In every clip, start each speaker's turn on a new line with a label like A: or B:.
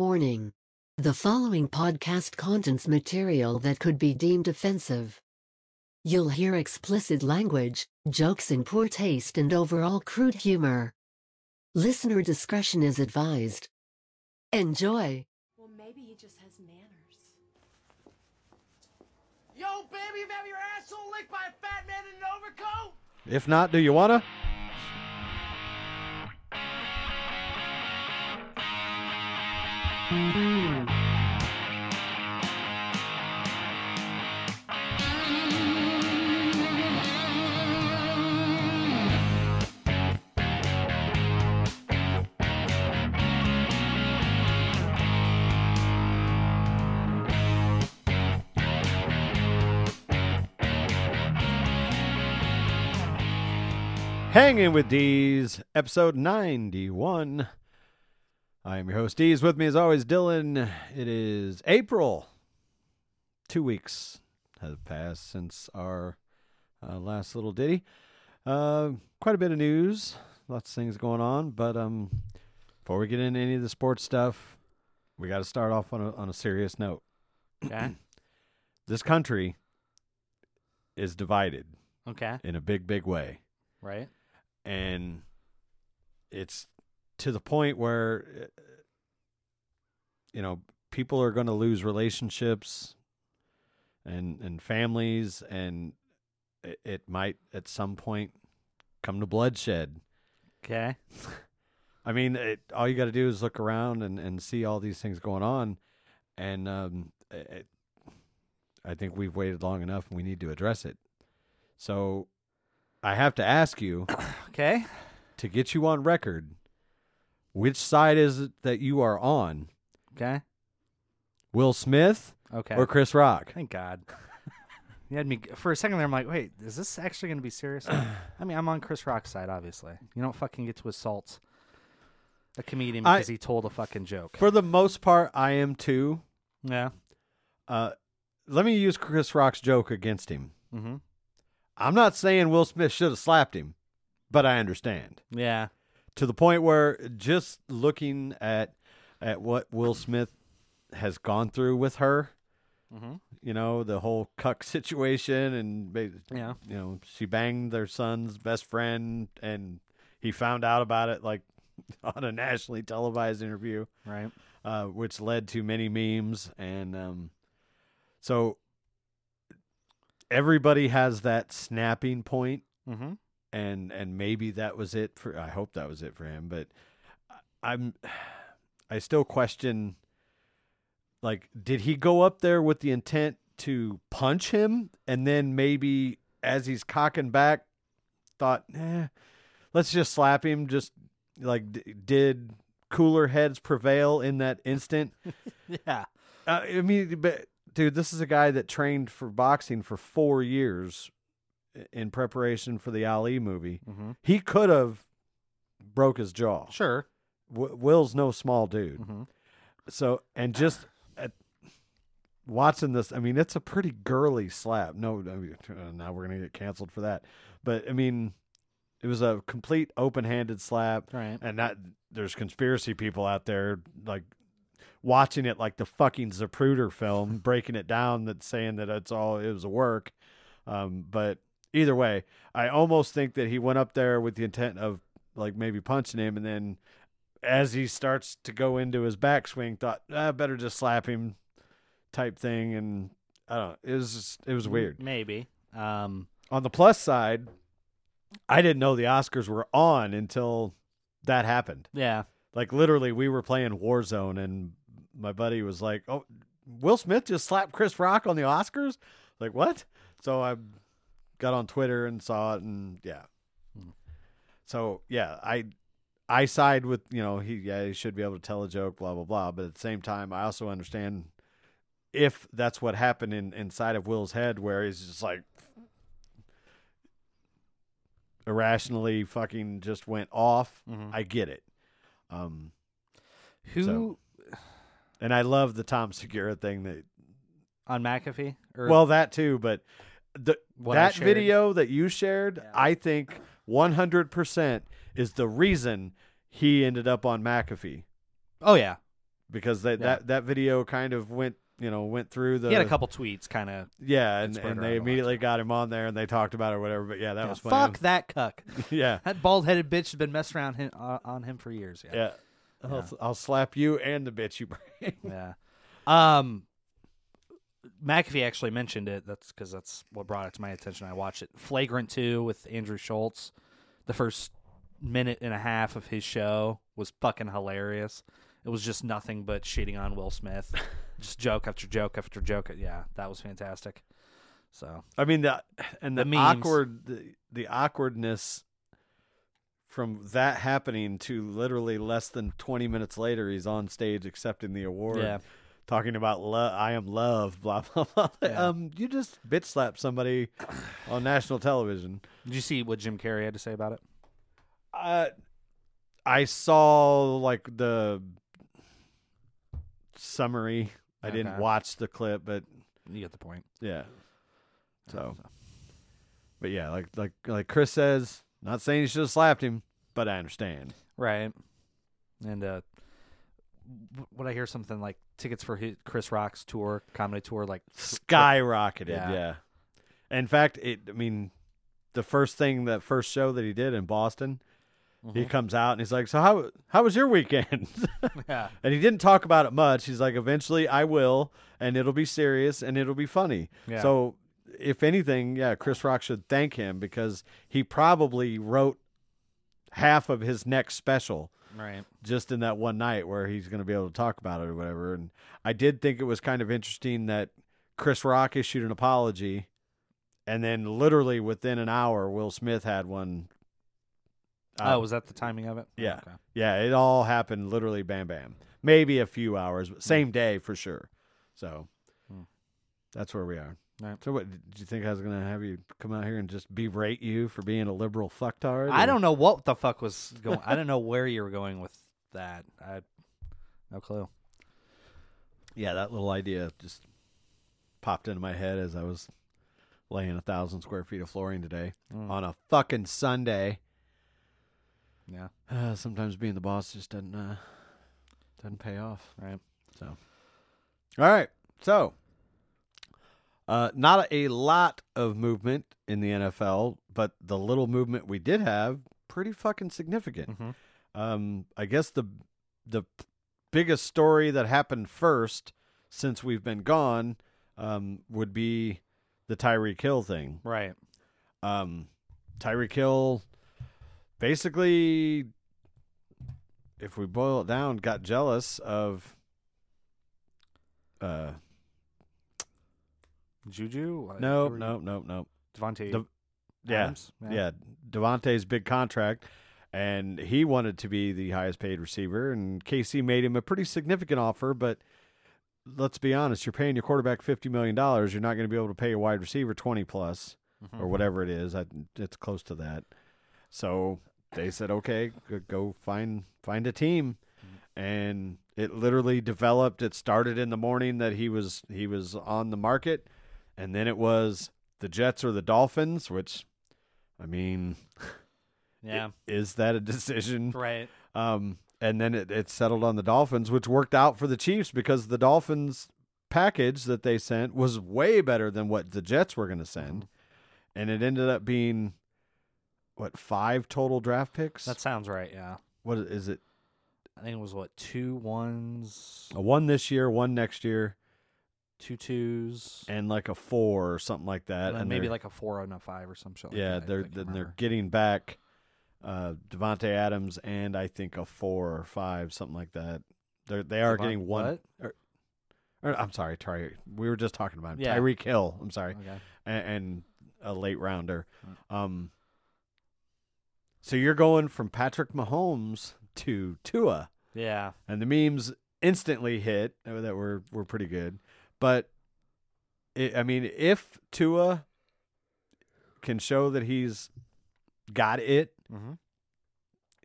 A: Warning. The following podcast contains material that could be deemed offensive. You'll hear explicit language, jokes in poor taste, and overall crude humor. Listener discretion is advised. Enjoy.
B: Well, maybe he just has manners.
C: Yo, baby, you have your asshole licked by a fat man in an overcoat?
D: If not, do you wanna? Hanging with D's, episode 91. I am your host, D's. With me, as always, Dylan. It is April. Two weeks have passed since our uh, last little ditty. Uh, quite a bit of news, lots of things going on, but um, before we get into any of the sports stuff, we got to start off on a, on a serious note.
E: Okay.
D: This country is divided
E: okay.
D: in a big, big way.
E: Right.
D: and it's to the point where uh, you know people are going to lose relationships and and families and it, it might at some point come to bloodshed
E: Okay.
D: i mean it, all you got to do is look around and and see all these things going on and um it, i think we've waited long enough and we need to address it so i have to ask you
E: Okay.
D: to get you on record, which side is it that you are on?
E: Okay.
D: Will Smith
E: Okay.
D: or Chris Rock?
E: Thank God. you had me g- for a second there. I'm like, wait, is this actually going to be serious? I mean, I'm on Chris Rock's side, obviously. You don't fucking get to assault a comedian
D: I-
E: because he told a fucking joke.
D: For the most part, I am too.
E: yeah.
D: Uh, let me use Chris Rock's joke against him.
E: Mm-hmm.
D: I'm not saying Will Smith should have slapped him, but I understand
E: Yeah.
D: to the point where just looking at at what Will Smith has gone through with her,
E: Mm-hmm.
D: you know, the whole cuck situation and ba-
E: Yeah.
D: you know, she banged their son's best friend, and he found out about it like on a nationally televised interview,
E: Right.
D: uh, which led to many memes. And um, so everybody has that snapping point,
E: Mm-hmm.
D: and and maybe that was it for. I hope that was it for him, but I- I'm I still question. Like, did he go up there with the intent to punch him, and then maybe as he's cocking back, thought, eh, let's just slap him. Just like, d- did cooler heads prevail in that instant?
E: Yeah.
D: Uh, I mean, but dude, this is a guy that trained for boxing for four years i- in preparation for the Ali movie.
E: Mm-hmm.
D: He could have broke his jaw.
E: Sure.
D: W- Will's no small dude.
E: Mm-hmm.
D: So and just uh, watching this, I mean, it's a pretty girly slap. No, I mean, uh, now we're gonna get canceled for that. But I mean, it was a complete open-handed slap,
E: Right.
D: and that there's conspiracy people out there like watching it like the fucking Zapruder film, breaking it down, that saying that it's all it was a work. Um, but either way, I almost think that he went up there with the intent of like maybe punching him, and then as he starts to go into his backswing, thought "Ah, I better just slap him, type thing, and I don't. know. It was just, it was weird.
E: Maybe. Um.
D: On the plus side, I didn't know the Oscars were on until that happened.
E: Yeah.
D: Like literally, we were playing Warzone, and my buddy was like, "Oh, Will Smith just slapped Chris Rock on the Oscars." Like what? So I got on Twitter and saw it, and yeah. So yeah, I I side with you know he yeah he should be able to tell a joke, blah blah blah. But at the same time, I also understand if that's what happened in, inside of Will's head, where he's just like irrationally fucking just went off.
E: Mhm.
D: I get it. Um,
E: Who
D: So- and I love the Tom Segura thing that
E: on McAfee? Or
D: well that too, but the
E: What I
D: that
E: shared.
D: video that you shared, I think 100% is the reason he ended up on McAfee
E: Oh yeah.
D: because that
E: Yeah.
D: that that video kind of went you know went through the
E: he had a couple tweets, kind of.
D: yeah and,
E: Pittsburgh
D: and
E: around a
D: they
E: lot.
D: immediately got him on there and they talked about it or whatever but yeah that was funny
E: fuck that cuck.
D: yeah
E: That bald headed bitch has been messing around him, uh, on him for years. Yeah.
D: yeah I'll, I'll slap you and the bitch you bring
E: Yeah. Um, McAfee actually mentioned it. That's because that's what brought it to my attention. I watched it. Flagrant 2 with Andrew Schultz. The first minute and a half of his show was fucking hilarious. It was just nothing but shitting on Will Smith. just joke after joke after joke. Yeah, that was fantastic. So,
D: I mean the and the,
E: The memes.
D: awkward the, the awkwardness from that happening to literally less than 20 minutes later he's on stage accepting the award
E: Yeah.
D: talking about lo- I am love blah blah blah
E: Yeah.
D: um you just bitch slapped somebody on national television
E: did you see what Jim Carrey had to say about it?
D: uh I saw like the summary I didn't
E: Okay.
D: watch the clip but
E: You get the point.
D: Yeah. So, but yeah, like like like Chris says, not saying you should have slapped him, but I understand.
E: Right. And uh w- when I hear something like tickets for his, Chris Rock's tour, comedy tour, like
D: Skyrocketed, yeah.
E: Yeah.
D: In fact, it. I mean, the first thing, that first show that he did in Boston, he comes out and he's like, "So how how was your weekend?"
E: yeah,
D: and he didn't talk about it much. He's like, "Eventually, I will, and it'll be serious and it'll be funny."
E: Yeah.
D: So. If anything, yeah, Chris Rock should thank him because he probably wrote half of his next special.
E: right.
D: just in that one night where he's going to be able to talk about it or whatever. And I did think it was kind of interesting that Chris Rock issued an apology, and then literally within an hour, Will Smith had one.
E: Oh,
D: Uh,
E: was that the timing of it? Oh,
D: yeah.
E: okay.
D: yeah, it all happened literally bam bam. Maybe a few hours, but
E: Mm.
D: same day for sure. So
E: Hmm.
D: that's where we are.
E: Right.
D: So, what did you think I was going to have you come out here and just berate you for being a liberal fucktard?
E: I
D: or-
E: don't know what the fuck was going. I don't know where you were going with that. I no clue.
D: yeah, that little idea just popped into my head as I was laying a thousand square feet of flooring today
E: Mm.
D: on a fucking Sunday.
E: Yeah,
D: Uh, sometimes being the boss just doesn't uh, doesn't pay off.
E: right.
D: So, all right. So, uh, not a lot of movement in the NFL, but the little movement we did have pretty fucking significant.
E: Mhm.
D: Um, I guess the the p- biggest story that happened first since we've been gone um, would be the Tyreek Hill thing.
E: Right.
D: Um, Tyreek Hill basically, if we boil it down, got jealous of. Uh,
E: Juju. What-
D: no,
E: who were you-
D: no, no, no.
E: Devontae.
D: Dev- Yeah,
E: Adams?
D: yeah. Devontae's big contract, and he wanted to be the highest paid receiver, and KC made him a pretty significant offer, but. Let's be honest. You're paying your quarterback fifty million dollars. You're not going to be able to pay a wide receiver twenty plus.
E: Mhm.
D: or whatever it is. I, it's close to that. So they said, okay, go- go find find a team, and it literally developed. It started in the morning that he was he was on the market, and then it was the Jets or the Dolphins. Which, I mean,
E: Yeah.
D: is that a decision?
E: Right.
D: Um, and then it, it settled on the Dolphins, which worked out for the Chiefs because the Dolphins package that they sent was way better than what the Jets were going to send.
E: Mm-hmm.
D: And it ended up being what five total draft picks?
E: That sounds right. Yeah.
D: what is it?
E: I think it was what two ones,
D: A one this year, one next year,
E: two twos,
D: and like a four or something like that.
E: and then maybe
D: they're-
E: like a four and a five or some shit. like
D: yeah,
E: that, I
D: they're
E: think I
D: then they're
E: remember.
D: getting back uh Devonte Adams and I think a four or five, something like that. They're they are
E: Devon-
D: getting one.
E: what?
D: or- or- I'm sorry, Tyreek. We were just talking about him.
E: Yeah.
D: Tyreek Hill. I'm sorry,
E: Okay.
D: a- and, a late rounder. Um, so you're going from Patrick Mahomes to Tua
E: Yeah.
D: and the memes instantly hit uh, that were were pretty good. But it, I mean, if Tua can show that he's got it,
E: Mhm.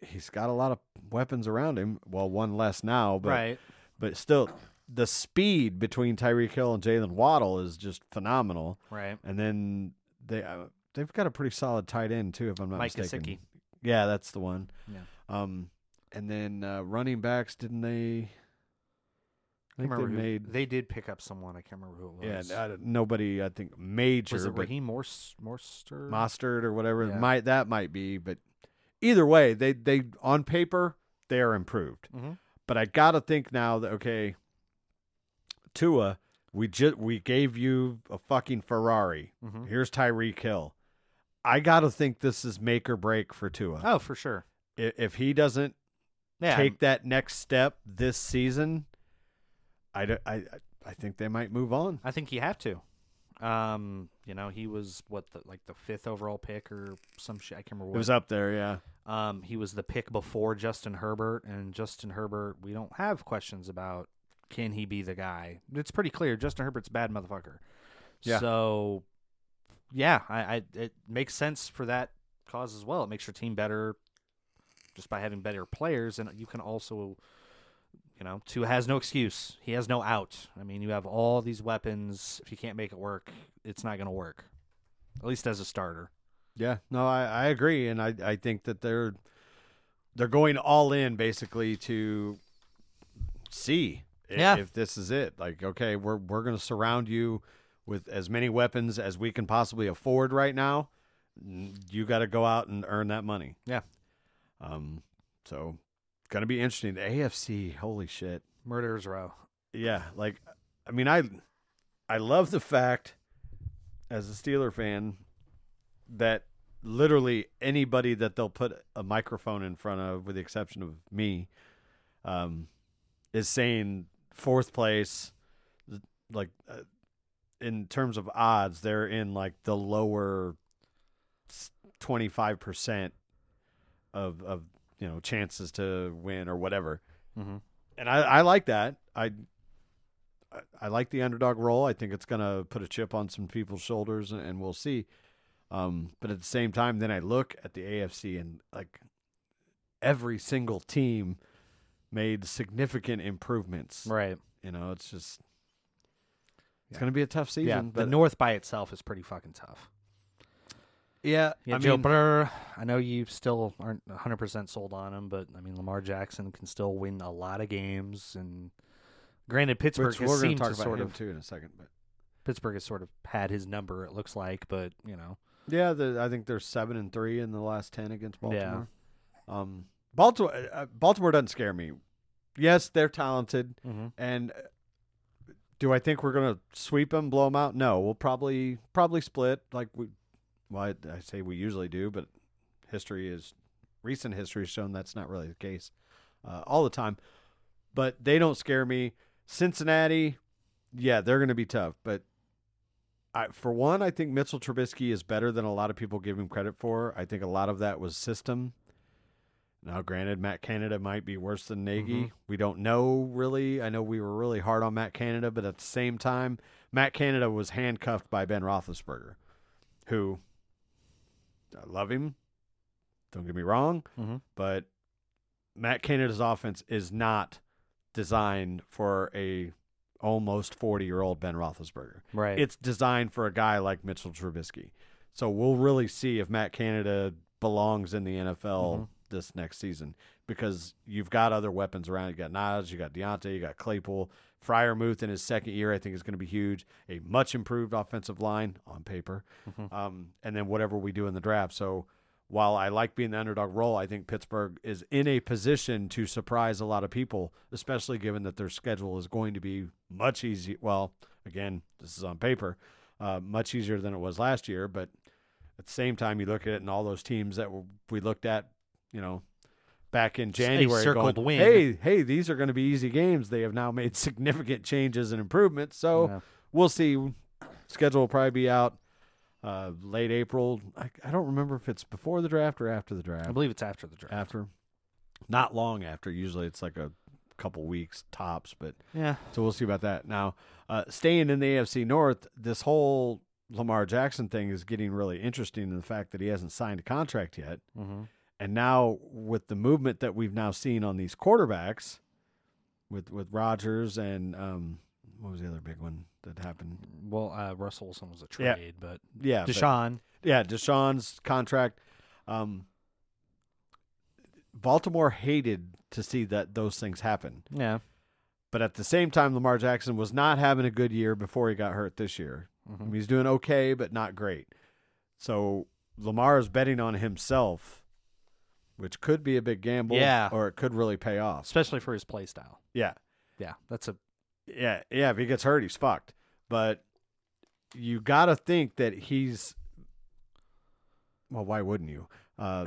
D: he's got a lot of weapons around him. Well, one less now, but
E: right.
D: but still, the speed between Tyreek Hill and Jalen Waddle is just phenomenal.
E: Right.
D: And then they uh, they've got a pretty solid tight end too, if I'm not
E: Mike
D: mistaken.
E: Gesicki.
D: Yeah, that's the one.
E: Yeah.
D: Um, and then uh, running backs, didn't they? I think they
E: remember who-
D: made.
E: they did pick up someone. I can't remember who it
D: yeah,
E: was.
D: I don't- nobody. I think major.
E: was it
D: but-
E: Raheem Morse Morster?
D: Mostert or whatever
E: Yeah.
D: might that might be, but either way, they they on paper they are improved.
E: Mhm.
D: But I gotta think now that okay, Tua, we just we gave you a fucking Ferrari.
E: Mhm.
D: Here's Tyreek Hill. I gotta think this is make or break for Tua.
E: Oh, for sure.
D: I- If he doesn't
E: Yeah,
D: take that next step this season, I, do, I I- I think they might move on.
E: I think you have to. Um, you know, he was what the like the fifth overall pick or some shit. I can't remember.
D: It
E: What.
D: was up there, yeah.
E: um, he was the pick before Justin Herbert, and Justin Herbert, we don't have questions about can he be the guy. It's pretty clear Justin Herbert's a bad motherfucker.
D: Yeah.
E: So, yeah, I, I it makes sense for that cause as well. It makes your team better just by having better players, and you can also, you know, two has no excuse. He has no out. I mean, you have all these weapons. If you can't make it work, it's not going to work. At least as a starter.
D: Yeah, no, I, I agree, and I, I think that they're they're going all in basically to see if,
E: Yeah.
D: if this is it. Like, okay, we're we're going to surround you with as many weapons as we can possibly afford right now. N- You got to go out and earn that money.
E: Yeah.
D: Um. So, going to be interesting. The AFC, holy shit.
E: Murderers row.
D: Yeah, like I mean I I love the fact as a Steeler fan that literally anybody that they'll put a microphone in front of with the exception of me um is saying fourth place th- like uh, in terms of odds they're in like the lower s- 25% of of you know chances to win or whatever
E: Mm-hmm.
D: and I, I like that. I I- I like the underdog role. I think it's gonna put a chip on some people's shoulders, and, and we'll see. Um, but at the same time, then I look at the AFC and like every single team made significant improvements.
E: Right.
D: You know, it's just it's
E: Yeah.
D: gonna be a tough season.
E: yeah,
D: but
E: the North by itself is pretty fucking tough.
D: yeah,
E: Yeah,
D: I
E: Joe
D: mean,
E: Burr. I know you still aren't 100 percent sold on him, but I mean Lamar Jackson can still win a lot of games. And granted, Pittsburgh
D: which
E: has
D: we're gonna
E: seemed
D: talk
E: to
D: about
E: sort
D: him
E: of
D: too in a second. But
E: Pittsburgh has sort of had his number. It looks like, but you know,
D: Yeah, the, I think they're seven and three in the last ten against
E: Yeah.
D: Baltimore. Um, Baltimore, uh, Baltimore doesn't scare me. Yes, they're talented,
E: Mm-hmm.
D: and uh, do I think we're gonna sweep them, blow them out? No, we'll probably probably split like we. Well, I, I say we usually do, but history is recent history has shown that's not really the case uh, all the time. But they don't scare me. Cincinnati, yeah, they're going to be tough. But I, for one, I think Mitchell Trubisky is better than a lot of people give him credit for. I think a lot of that was system. Now, granted, Matt Canada might be worse than Nagy. We don't know really. I know we were really hard on Matt Canada, but at the same time, Matt Canada was handcuffed by Ben Roethlisberger, who I love him. Don't get me wrong,
E: Mhm.
D: but Matt Canada's offense is not designed for a almost forty year old Ben Roethlisberger.
E: right?
D: It's designed for a guy like Mitchell Trubisky. So we'll really see if Matt Canada belongs in the NFL
E: Mhm.
D: this next season because you've got other weapons around. You got Nas, you got Deontay, you got Claypool. Fryermuth in his second year, I think, is going to be huge. A much improved offensive line on paper,
E: Mhm.
D: um, and then whatever we do in the draft. So while I like being the underdog role, I think Pittsburgh is in a position to surprise a lot of people, especially given that their schedule is going to be much easier. Well, again, this is on paper, uh, much easier than it was last year. But at the same time, you look at it, and all those teams that w- we looked at, you know, back in
E: Just a
D: January,
E: circled
D: going,
E: win.
D: hey, hey, these are going to be easy games. They have now made significant changes and improvements. So
E: Yeah.
D: we'll see. Schedule will probably be out uh, late April. I, I don't remember if it's before the draft or after the draft.
E: I believe it's after the draft.
D: after, not long after. Usually, it's like a couple weeks tops, but
E: yeah,
D: so we'll see about that. Now, uh, staying in the AFC North, this whole Lamar Jackson thing is getting really interesting in the fact that he hasn't signed a contract yet.
E: hmm
D: And now, with the movement that we've now seen on these quarterbacks, with with Rodgers and um, what was the other big one that happened?
E: Well, uh, Russell Wilson was a
D: Yeah.
E: trade, but
D: Yeah, but-
E: Deshaun.
D: yeah, Deshaun's contract. Um, Baltimore hated to see that those things happen.
E: yeah.
D: But at the same time, Lamar Jackson was not having a good year before he got hurt this year. I mean, he's doing okay, but not great. So Lamar is betting on himself, which could be a big gamble.
E: Yeah.
D: Or it could really pay off.
E: especially for his play style.
D: Yeah.
E: Yeah, that's a
D: Yeah, yeah. If he gets hurt, he's fucked. But you got to think that he's. Well, why wouldn't you? Uh,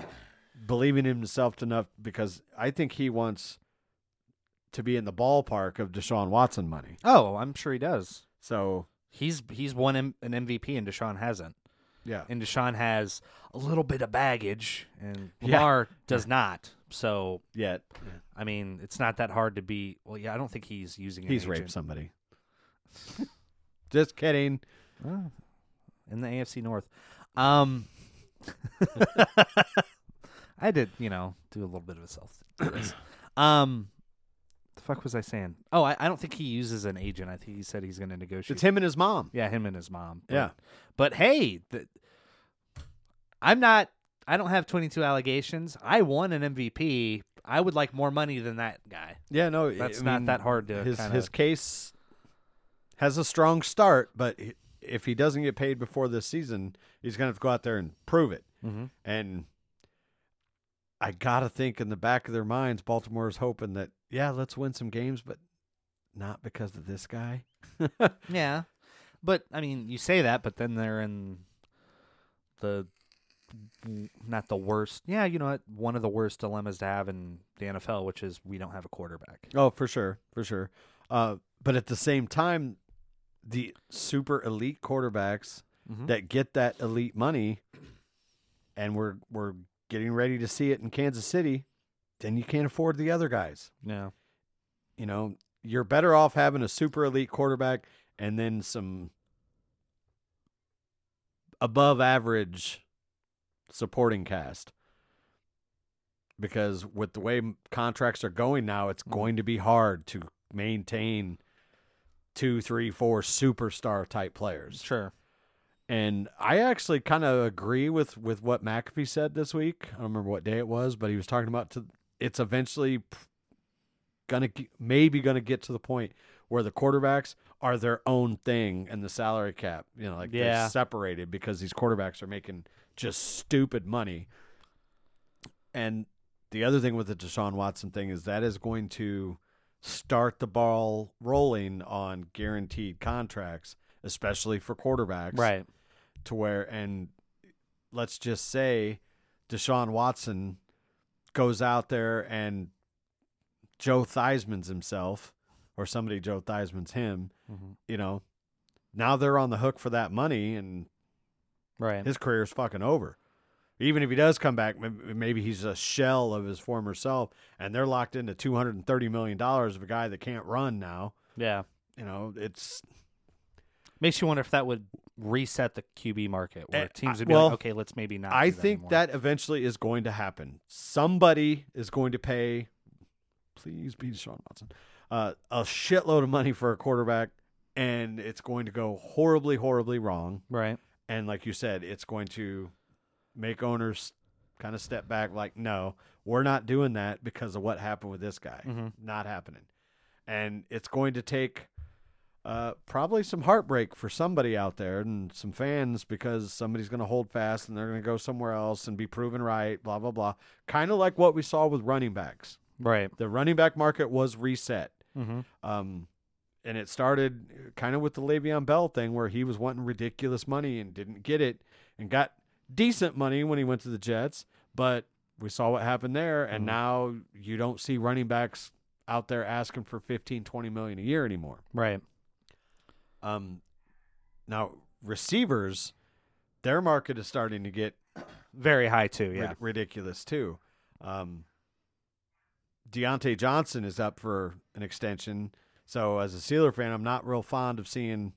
D: believing in himself enough because I think he wants to be in the ballpark of Deshaun Watson money.
E: oh, I'm sure he does.
D: So
E: He's he's won M- an MVP and Deshaun hasn't,
D: yeah,
E: and Deshaun has a little bit of baggage, and
D: Yeah.
E: Lamar does not. So
D: yet
E: I mean, it's not that hard to be. Well, yeah, I don't think he's using. An
D: he's
E: agent.
D: raped somebody. Just kidding.
E: Oh, in the AFC North. Um, I did, you know, do a little bit of a self. um, the fuck was I saying? Oh, I, I don't think he uses an agent. I think he said he's going to negotiate.
D: It's him and his mom.
E: Yeah, him and his mom. But,
D: Yeah.
E: but hey, the, I'm not. I don't have 22 allegations. I won an MVP. I would like more money than that guy.
D: Yeah, no,
E: That's not that hard to
D: His
E: kinda-
D: his case has a strong start, but he- if he doesn't get paid before this season, he's gonna have to go out there and prove it.
E: Mhm.
D: And I gotta think in the back of their minds, Baltimore is hoping that yeah, let's win some games, but not because of this guy.
E: Yeah, but I mean, you say that, but then they're in the not the worst. Yeah, you know what? One of the worst dilemmas to have in the NFL, which is we don't have a quarterback.
D: Oh, for sure, for sure. Uh, but at the same time, the super elite quarterbacks
E: Hmm?
D: that get that elite money, and we're we're getting ready to see it in Kansas City, then you can't afford the other guys.
E: Yeah,
D: You know, you're better off having a super elite quarterback and then some above average supporting cast. Because with the way m- contracts are going now, it's going to be hard to maintain two, three, four superstar type players.
E: sure.
D: And I actually kind of agree with with what McAfee said this week. I don't remember what day it was, but he was talking about to it's eventually p- gonna g- maybe gonna get to the point where the quarterbacks are their own thing and the salary cap, you know, like
E: Yeah.
D: they're separated because these quarterbacks are making just stupid money. And the other thing with the Deshaun Watson thing is that is going to start the ball rolling on guaranteed contracts, especially for quarterbacks
E: Right.
D: to where and let's just say Deshaun Watson goes out there and Joe Theismann's himself or somebody Joe Theismann's him, you know, now they're on the hook for that money and
E: Right.
D: his career's fucking over. Even if he does come back, m- maybe he's a shell of his former self and they're locked into $230 million of a guy that can't run now.
E: yeah.
D: You know, it's
E: Makes you wonder if that would reset the QB market, where
D: Eh,
E: teams
D: I-
E: would be
D: well,
E: like, okay, let's maybe not.
D: I
E: do that
D: think
E: anymore."
D: that eventually is going to happen. Somebody is going to pay. Please be Deshaun Watson. Uh, a shitload of money for a quarterback, and it's going to go horribly, horribly wrong.
E: right.
D: And like you said, it's going to make owners kind of step back, like, no, we're not doing that because of what happened with this guy.
E: Mhm.
D: Not happening. And it's going to take uh, probably some heartbreak for somebody out there and some fans because somebody's going to hold fast and they're going to go somewhere else and be proven right, blah, blah, blah. Kind of like what we saw with running backs.
E: Right.
D: The running back market was reset.
E: Mm-hmm.
D: Um, and it started kind of with the Le'Veon Bell thing where he was wanting ridiculous money and didn't get it and got decent money when he went to the Jets. But we saw what happened there. And
E: Mhm.
D: now you don't see running backs out there asking for 15, 20 million a year anymore.
E: Right.
D: Um, now, receivers, their market is starting to get
E: Very high too.
D: rid-
E: Yeah.
D: ridiculous too. Um, Deontay Johnson is up for an extension, so as a Steeler fan, I'm not real fond of seeing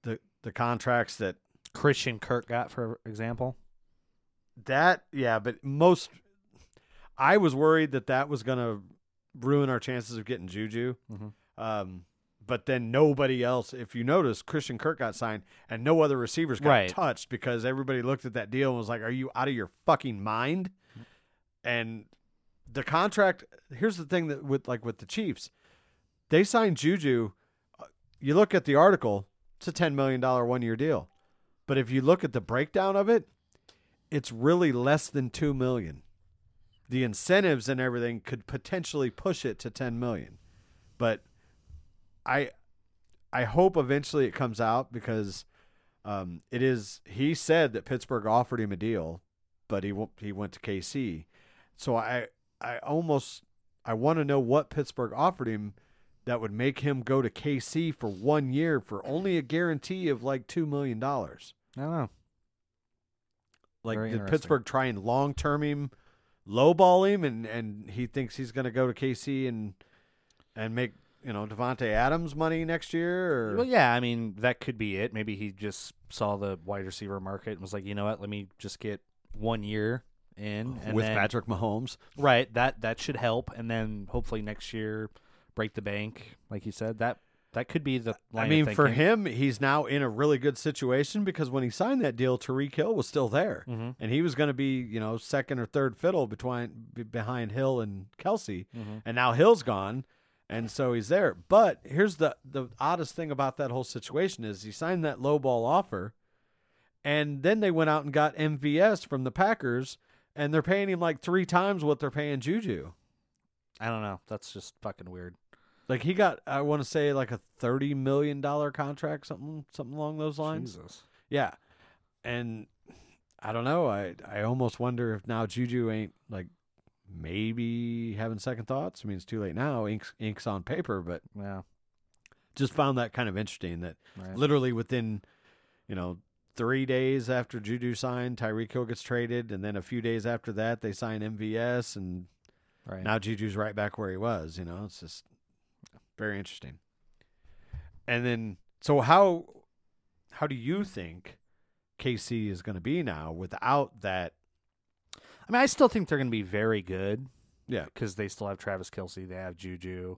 D: the the contracts that
E: Christian Kirk got, for example.
D: that yeah, but most I was worried that that was gonna ruin our chances of getting Juju.
E: Mhm.
D: Um, but then nobody else, if you notice, Christian Kirk got signed and no other receivers got
E: Right.
D: touched because everybody looked at that deal and was like, "Are you out of your fucking mind?" And the contract. Here's the thing that with like with the Chiefs, They signed Juju. uh, You look at the article, it's a $10 million one year deal. But if you look at the breakdown of it, it's really less than 2 million. The incentives and everything could potentially push it to 10 million. But I I hope eventually it comes out because um, it is he said that Pittsburgh offered him a deal, but he w- he went to KC. So I I almost I want to know what Pittsburgh offered him that would make him go to KC for one year for only a guarantee of like two million dollars.
E: I don't know.
D: Like
E: Very
D: did
E: interesting.
D: Pittsburgh try and long term him, lowball him, and and he thinks he's going to go to KC and and make you know Devonte Adams money next year? Or?
E: Well, yeah, I mean that could be it. Maybe he just saw the wide receiver market and was like, you know what, let me just get one year in and
D: with
E: then-
D: Patrick Mahomes,
E: Right, that that should help, and then hopefully next year break the bank, like you said. That that could be the. Line
D: I
E: of
D: mean, for
E: thinking.
D: him, he's now in a really good situation because when he signed that deal, Tariq Hill was still there,
E: Mhm.
D: and he was going to be, you know, second or third fiddle between be- behind Hill and Kelsey,
E: Mm-hmm.
D: and now Hill's gone, and so he's there. But here's the the oddest thing about that whole situation is he signed that low ball offer, and then they went out and got MVS from the Packers, and they're paying him like three times what they're paying Juju.
E: I don't know. That's just fucking weird.
D: Like he got, I want to say like a thirty million dollar contract, something something along those lines.
E: Jesus.
D: Yeah, and I don't know. I I almost wonder if now Juju ain't like maybe having second thoughts. I mean, it's too late now. Ink's ink's on paper, but
E: Yeah.
D: just found that kind of interesting. That
E: Right.
D: literally within you know three days after Juju signed, Tyreek Hill gets traded, and then a few days after that they sign MVS, and
E: Right.
D: now Juju's right back where he was. You know, it's just very interesting. And then, so how how do you think KC is going to be now without that?
E: I mean, I still think they're going to be very good
D: Yeah,
E: because they still have Travis Kelsey. They have Juju.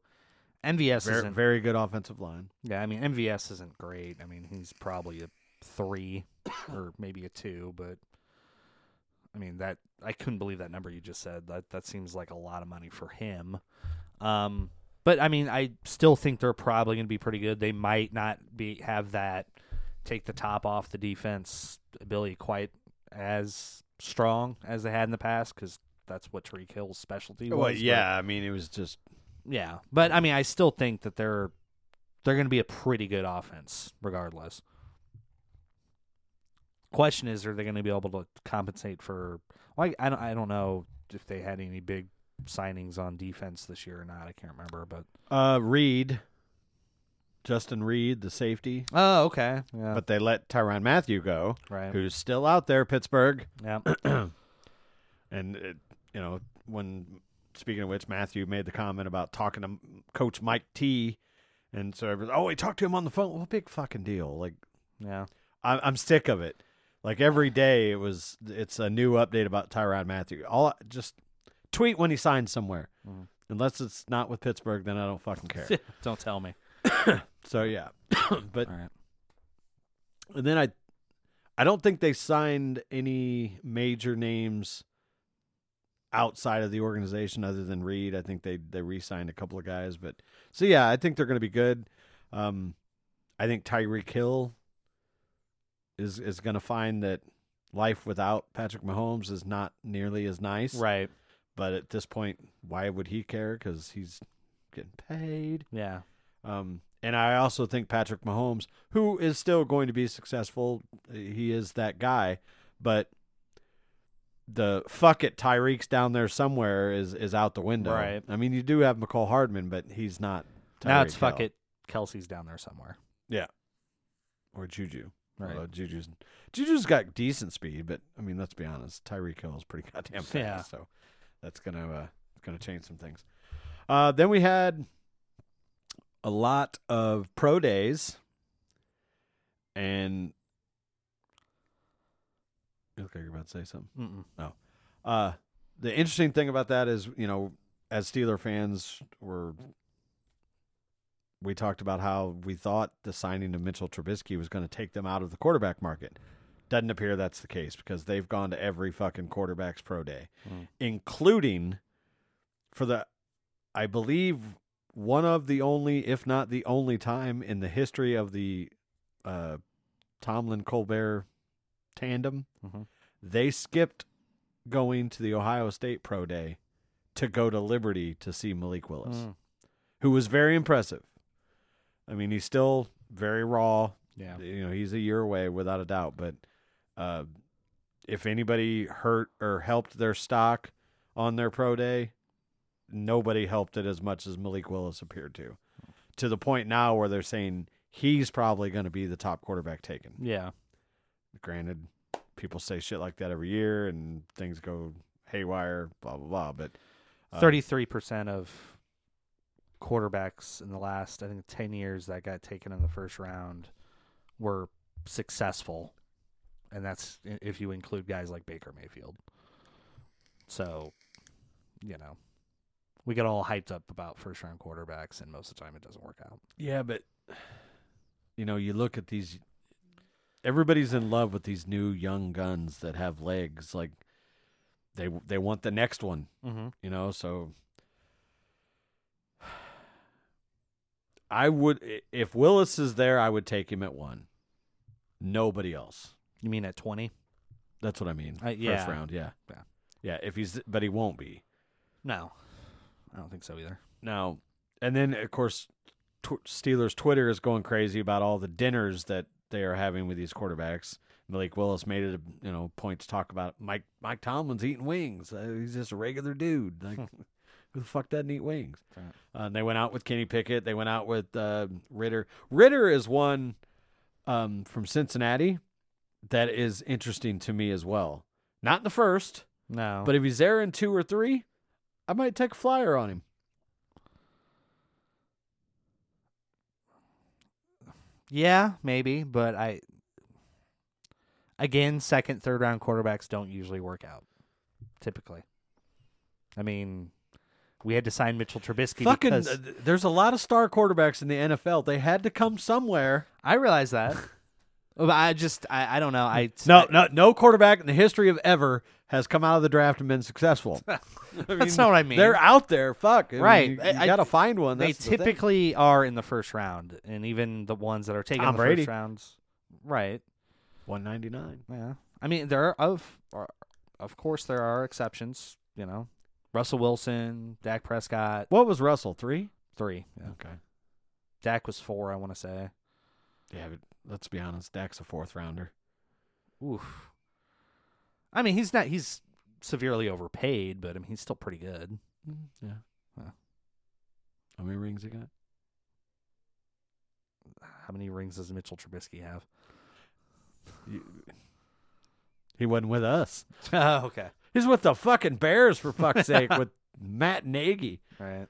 E: MVS
D: very,
E: isn't.
D: very good offensive line.
E: yeah, I mean, MVS isn't great. I mean, he's probably a three or maybe a two, but I mean that I couldn't believe that number you just said. That that seems like a lot of money for him. Um, but I mean, I still think they're probably going to be pretty good. They might not be have that take the top off the defense ability quite as strong as they had in the past because that's what Tariq Hill's specialty was. but-
D: I mean, it was just
E: yeah, but I mean, I still think that they're they're going to be a pretty good offense regardless. Question is, are they going to be able to compensate for? Well, I, I don't I don't know if they had any big signings on defense this year or not. I can't remember, but
D: uh, Reed, Justin Reed, the safety,
E: oh okay, yeah,
D: but they let Tyron Matthew go,
E: right,
D: who's still out there, Pittsburgh.
E: yeah,
D: And it, you know, when speaking of which, Matthew made the comment about talking to M- Coach Mike T, and so everyone, oh, he talked to him on the phone. Well, big fucking deal. Like
E: yeah,
D: I'm, I'm sick of it. Like every day, it was it's a new update about Tyrod Matthew. All just tweet when he signs somewhere. Unless it's not with Pittsburgh, then I don't fucking care.
E: don't tell me.
D: so yeah, but
E: All right,
D: and then I, I don't think they signed any major names outside of the organization other than Reed. I think they they re-signed a couple of guys, but so yeah, I think they're going to be good. Um, I think Tyreek Hill is is going to find that life without Patrick Mahomes is not nearly as nice.
E: right,
D: But at this point, why would he care? Because he's getting paid.
E: yeah,
D: Um, and I also think Patrick Mahomes, who is still going to be successful, he is that guy, but the fuck it, Tyreek's down there somewhere is is out the window.
E: Right.
D: I mean, you do have McCall Hardman, but he's not. Tyreek
E: now it's fuck
D: Hill
E: it. Kelsey's down there somewhere.
D: or Juju.
E: Right.
D: Although Juju's Juju's got decent speed, but I mean, let's be honest, Tyreek Hill is pretty goddamn fast.
E: Yeah.
D: So that's gonna uh, gonna change some things. Uh, then we had a lot of pro days, and you look like you're about to say something.
E: Mm-mm.
D: Uh, the interesting thing about that is, you know, as Steeler fans, we're we talked about how we thought the signing of Mitchell Trubisky was going to take them out of the quarterback market. Doesn't appear that's the case because they've gone to every fucking quarterback's pro day,
E: Mm.
D: including for the, I believe, one of the only, if not the only time in the history of the uh, Tomlin Colbert tandem,
E: Mhm.
D: they skipped going to the Ohio State Pro Day to go to Liberty to see Malik Willis,
E: Mm.
D: who was very impressive. I mean, he's still very raw,
E: Yeah.
D: you know he's a year away without a doubt but uh, if anybody hurt or helped their stock on their pro day nobody helped it as much as malik willis appeared to to the point now where they're saying he's probably going to be the top quarterback taken
E: Yeah.
D: granted people say shit like that every year and things go haywire blah blah blah but uh,
E: Thirty-three percent of quarterbacks in the last, I think, ten years that got taken in the first round were successful, and that's i- if you include guys like Baker Mayfield. So, you know, we get all hyped up about first-round quarterbacks, and most of the time it doesn't work out.
D: yeah but you know you look at these everybody's in love with these new young guns that have legs like they they want the next one
E: Mm-hmm.
D: you know so i would i- if willis is there i would take him at one nobody else
E: You mean at twenty?
D: that's what i mean
E: Uh, yeah.
D: first round yeah
E: Yeah.
D: yeah if he's but he won't be
E: No, I don't think so either.
D: Now, and then of course, tw- Steelers Twitter is going crazy about all the dinners that they are having with these quarterbacks. Malik Willis made it a you know point to talk about Mike Mike Tomlin's eating wings. Uh, he's just a regular dude. Like, who the fuck doesn't eat wings?
E: Right.
D: Uh, and they went out with Kenny Pickett. They went out with uh, Ritter. Ritter is one um, from Cincinnati that is interesting to me as well. Not in the first,
E: No,
D: but if he's there in two or three, I might take a flyer on him.
E: Yeah, maybe, but I again, second, third round quarterbacks don't usually work out. Typically, I mean, we had to sign Mitchell Trubisky
D: Fucking,
E: because
D: uh, th- there's a lot of star quarterbacks in the NFL. They had to come somewhere.
E: I realize that. Oh, but I just, I, I don't know. I
D: No, no, no quarterback in the history of ever has come out of the draft and been successful.
E: that's not what I mean.
D: They're out there. Fuck. I mean,
E: Right.
D: you
E: I- I-
D: got to find one.
E: they
D: That's the thing.
E: typically are in the first round, and even the ones that are taken
D: Tom
E: in the
D: Brady.
E: first rounds, right?
D: 199.
E: Yeah, I mean there are of are, of course there are exceptions. You know, Russell Wilson, Dak Prescott,
D: What was Russell? Three?
E: three. Yeah.
D: Okay.
E: Dak was four, I want to say.
D: Yeah, but let's be honest. Dak's a fourth rounder.
E: Oof. I mean, he's not. He's severely overpaid, but I mean, he's still pretty good.
D: Yeah.
E: Huh.
D: How many rings he got?
E: How many rings does Mitchell Trubisky have?
D: He wasn't with us.
E: oh, okay.
D: He's with the fucking Bears, for fuck's sake, with Matt Nagy.
E: All right.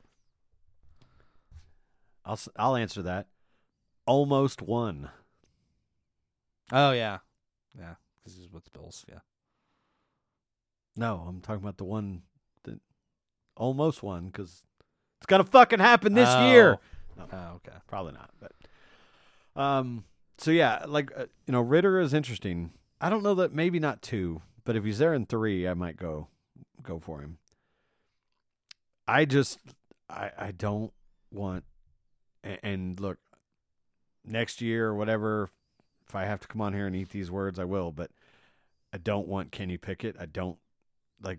D: I'll, s- I'll answer that. Almost one.
E: Oh yeah, yeah. Because he's with the Bills. Yeah.
D: No, I'm talking about the one that almost won because it's gonna fucking happen this year. No.
E: Oh okay.
D: Probably not, but um. So yeah, like uh, you know, Ritter is interesting. I don't know that maybe not two, but if he's there in three, I might go go for him. I just I I don't want and, and look next year or whatever. If I have to come on here and eat these words, I will. But I don't want Kenny Pickett. I don't like.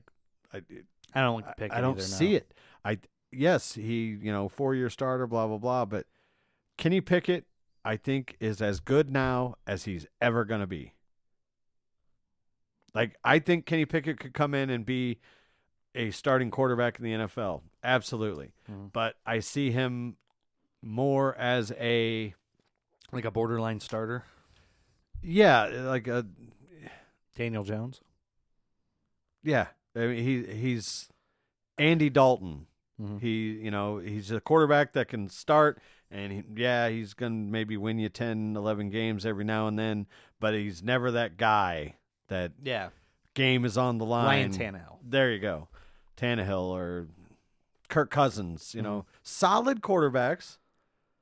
D: I,
E: I don't like
D: I-
E: to pick.
D: I don't see it. I yes, he you know four year starter, blah blah blah. But Kenny Pickett, I think, is as good now as he's ever going to be. Like I think Kenny Pickett could come in and be a starting quarterback in the NFL, absolutely.
E: Mhm.
D: But I see him more as a
E: Like a borderline starter,
D: yeah, like a
E: Daniel Jones.
D: yeah. I mean, he he's Andy Dalton.
E: Mhm.
D: He, you know, he's a quarterback that can start and he, yeah, he's going to maybe win you 10, 11 games every now and then, but he's never that guy that
E: Yeah.
D: game is on the line.
E: Ryan Tannehill.
D: There you go. Tannehill or Kirk Cousins, you know,
E: Mm-hmm.
D: solid quarterbacks,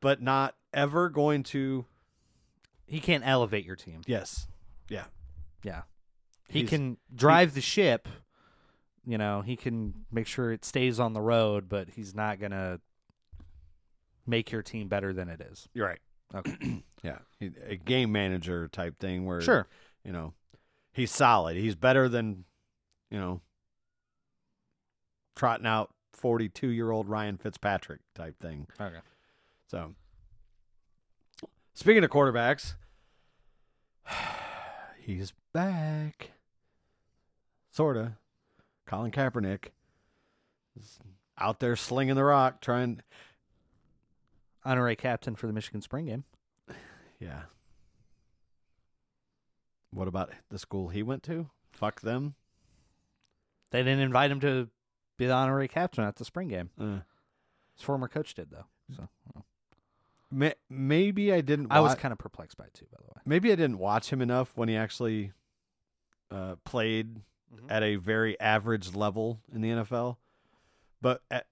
D: but not ever going to.
E: He can't elevate your team.
D: Yes. Yeah.
E: Yeah. He
D: He's-
E: can drive the ship. You know, he can make sure it stays on the road, but he's not going to make your team better than it is.
D: You're right.
E: Okay.
D: Yeah, He- a game manager type thing where
E: sure.
D: you know he's solid. He's better than you know trotting out forty two year old Ryan Fitzpatrick type thing.
E: Okay.
D: So, speaking of quarterbacks, he's back. Sorta. Colin Kaepernick is out there slinging the rock, trying.
E: Honorary captain for the Michigan spring game.
D: Yeah. What about the school he went to? Fuck them.
E: They didn't invite him to be the honorary captain at the spring game.
D: Uh,
E: His former coach did though. So
D: may- maybe I didn't. Watch,
E: I was kind of perplexed by it too, by the way.
D: maybe I didn't watch him enough when he actually uh, played
E: Mm-hmm.
D: at a very average level in the NFL. But at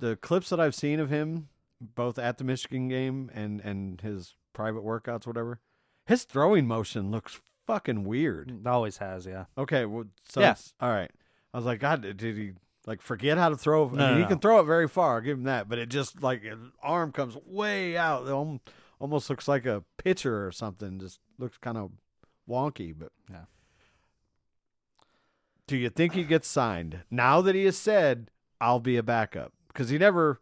D: the clips that I've seen of him, both at the Michigan game and and his private workouts, whatever, his throwing motion looks fucking weird.
E: It always has, yeah.
D: Okay, well, so
E: Yeah.
D: it's- all right. I was like, God, did did he like forget how to throw? I mean,
E: No, no,
D: he
E: no.
D: can throw it very far. I'll give him that, but it just like his arm comes way out. It alm- almost looks like a pitcher or something. Just looks kind of wonky. But
E: Yeah.
D: do you think he gets signed now that he has said I'll be a backup? Because he never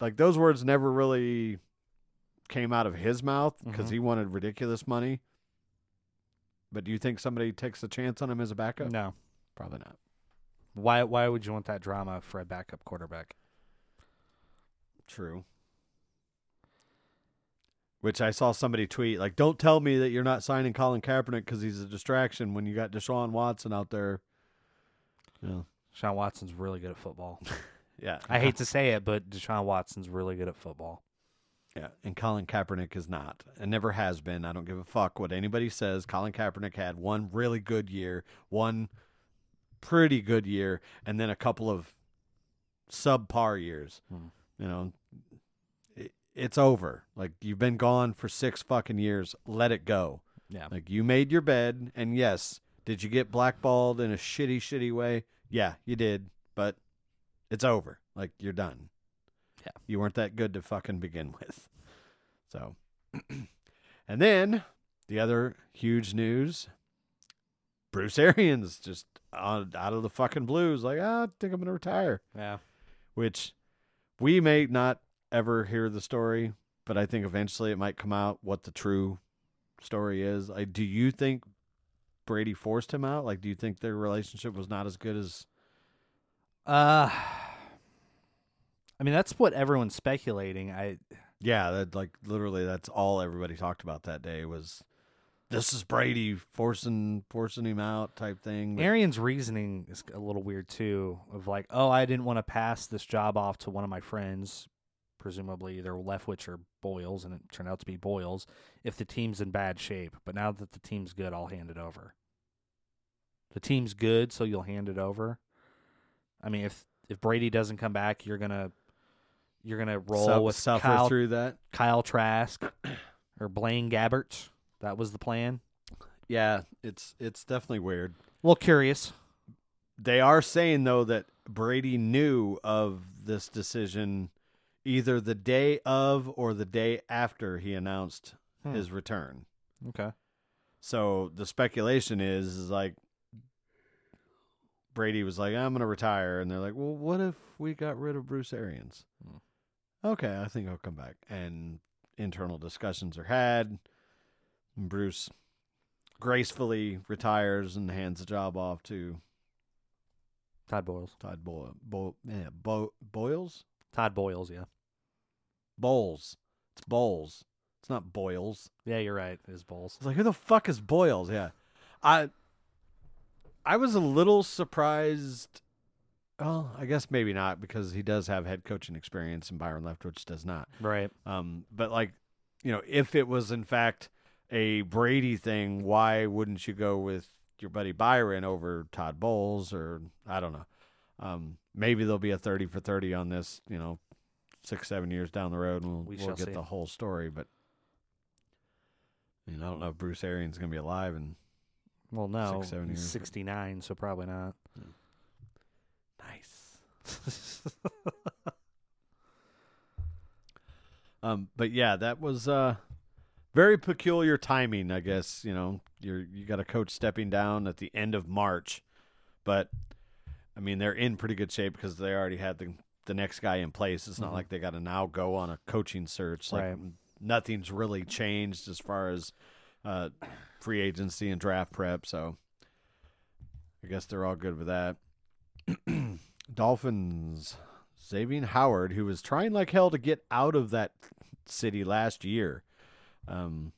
D: like those words never really came out of his mouth because
E: Mhm.
D: he wanted ridiculous money. But do you think somebody takes a chance on him as a backup?
E: No.
D: Probably not.
E: Why why would you want that drama for a backup quarterback?
D: True. Which I saw somebody tweet like, "Don't tell me that you're not signing Colin Kaepernick because he's a distraction when you got Deshaun Watson out there." Yeah,
E: Sean Watson's really good at football.
D: yeah.
E: I hate to say it, but Deshaun Watson's really good at football.
D: Yeah, and Colin Kaepernick is not, and never has been. I don't give a fuck what anybody says. Colin Kaepernick had one really good year, one pretty good year, and then a couple of subpar years.
E: Hmm.
D: You know, it, it's over. Like you've been gone for six fucking years. Let it go.
E: Yeah.
D: Like you made your bed, and yes, did you get blackballed in a shitty, shitty way? Yeah, you did, but it's over. Like you're done.
E: Yeah.
D: you weren't that good to fucking begin with. So, and then the other huge news: Bruce Arians just out, out of the fucking blues, like "Ah, I think I'm gonna retire
E: Yeah.
D: which we may not ever hear the story, but I think eventually it might come out what the true story is. I do you think Brady forced him out? Like, do you think their relationship was not as good as?
E: Uh I mean that's what everyone's speculating. I
D: Yeah, that like literally that's all everybody talked about that day was this is Brady forcing forcing him out type thing. But-
E: Arian's reasoning is a little weird too of like, oh, I didn't want to pass this job off to one of my friends, presumably either Leftwich or Boyles, and it turned out to be Boyles, if the team's in bad shape. But now that the team's good, I'll hand it over. The team's good, so you'll hand it over. I mean, if if Brady doesn't come back, you're gonna you're gonna roll
D: Sup-
E: with
D: suffer
E: Kyle,
D: through that.
E: Kyle Trask or Blaine Gabbert. That was the plan.
D: Yeah, it's it's definitely weird.
E: A little curious.
D: They are saying though that Brady knew of this decision either the day of or the day after he announced
E: Hmm.
D: his return.
E: Okay.
D: So the speculation is, is like Brady was like, "I'm going to retire," and they're like, "Well, what if we got rid of Bruce Arians?"
E: Hmm.
D: Okay, I think I'll come back. And internal discussions are had. And Bruce gracefully retires and hands the job off to
E: Todd Boyles.
D: Todd Boyle, Bo, yeah, Bo, Boyles,
E: Todd Boyles, yeah.
D: Bowles. It's Bowles. It's not Boyles.
E: Yeah, you're right. It is Bowles.
D: It's like who the fuck is Boyles? Yeah, I, I was a little surprised. Well, I guess maybe not because he does have head coaching experience, and Byron Leftwich does not.
E: Right.
D: Um, but like, you know, if it was in fact a Brady thing, why wouldn't you go with your buddy Byron over Todd Bowles or I don't know. Um, maybe there'll be a thirty for thirty on this. You know, six seven years down the road, and we'll,
E: We
D: we'll
E: shall
D: get
E: see.
D: the whole story. But I mean, I don't know if Bruce Arians gonna be alive, and
E: Well, no.
D: Six, seven
E: he's
D: years. Hmm.
E: 69, so probably not.
D: nice. Um, but yeah, that was uh, very peculiar timing. I guess you know you're you got a coach stepping down at the end of March, but I mean they're in pretty good shape because they already had the the next guy in place. It's not like they got to now go on a coaching search. Like
E: Right.
D: nothing's really changed as far as uh, free agency and draft prep. So I guess they're all good with that. Dolphins saving Howard, who was trying like hell to get out of that city last year, um,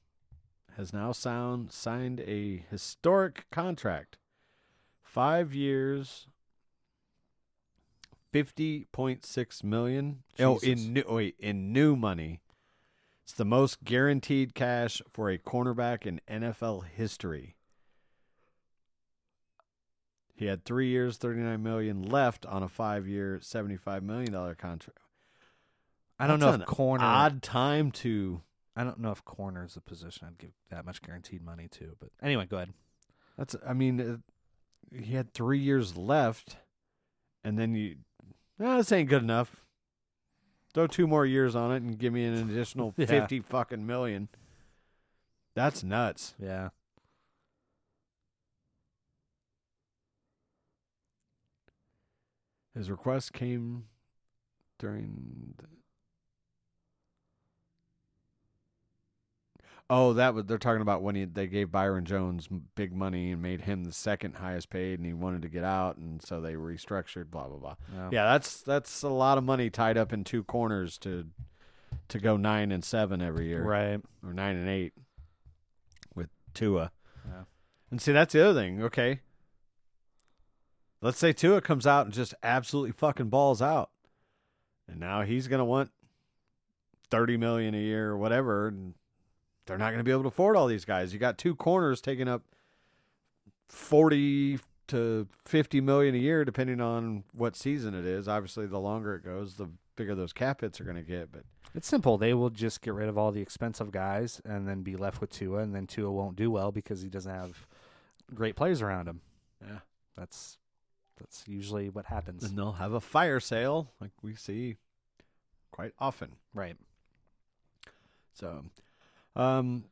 D: has now sound signed a historic contract, five years, fifty point six million. Oh,
E: Jesus.
D: in new wait, in new money, it's the most guaranteed cash for a cornerback in NFL history. He had three years, thirty nine million left on a five year, seventy five million dollar contract.
E: I don't
D: That's
E: know if
D: an
E: corner.
D: Odd time to.
E: I don't know if corner is the position I'd give that much guaranteed money to. But anyway, go ahead.
D: That's. I mean, uh, he had three years left, and then you. No, this ain't good enough. Throw two more years on it and give me an additional
E: Yeah.
D: fifty fucking million. That's nuts.
E: Yeah.
D: His request came during. The... Oh, that was they're talking about when he they gave Byron Jones m- big money and made him the second highest paid, and he wanted to get out, and so they restructured. Blah blah blah.
E: Yeah.
D: Yeah, that's that's a lot of money tied up in two corners to to go nine and seven every year,
E: Right.
D: or nine and eight with Tua.
E: Yeah.
D: And see, that's the other thing. Okay, let's say Tua comes out and just absolutely fucking balls out, and now he's gonna want thirty million a year or whatever, and they're not gonna be able to afford all these guys. You got two corners taking up forty to fifty million a year, depending on what season it is. Obviously, the longer it goes, the bigger those cap hits are gonna get. But
E: It's simple. They will just get rid of all the expensive guys and then be left with Tua, and then Tua won't do well because he doesn't have great players around him.
D: Yeah.
E: That's that's usually what happens.
D: And they'll have a fire sale like we see quite often.
E: Right.
D: So, um,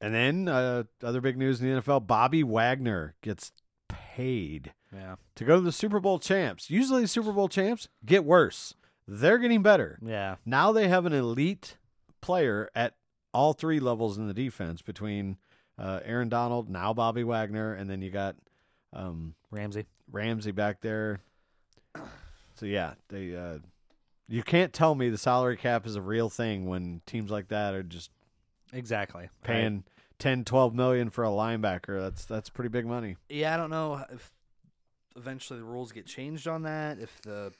D: and then uh, other big news in the NFL Bobby Wagner gets paid
E: Yeah.
D: to go to the Super Bowl champs. Usually, the Super Bowl champs get worse, they're getting better.
E: Yeah.
D: Now they have an elite player at all three levels in the defense between uh, Aaron Donald, now Bobby Wagner, and then you got um,
E: Ramsey.
D: Ramsey back there. So yeah, they uh you can't tell me the salary cap is a real thing when teams like that are just
E: Exactly.
D: paying 10 12 million for a linebacker. That's that's pretty big money.
E: Yeah, I don't know if eventually the rules get changed on that, if the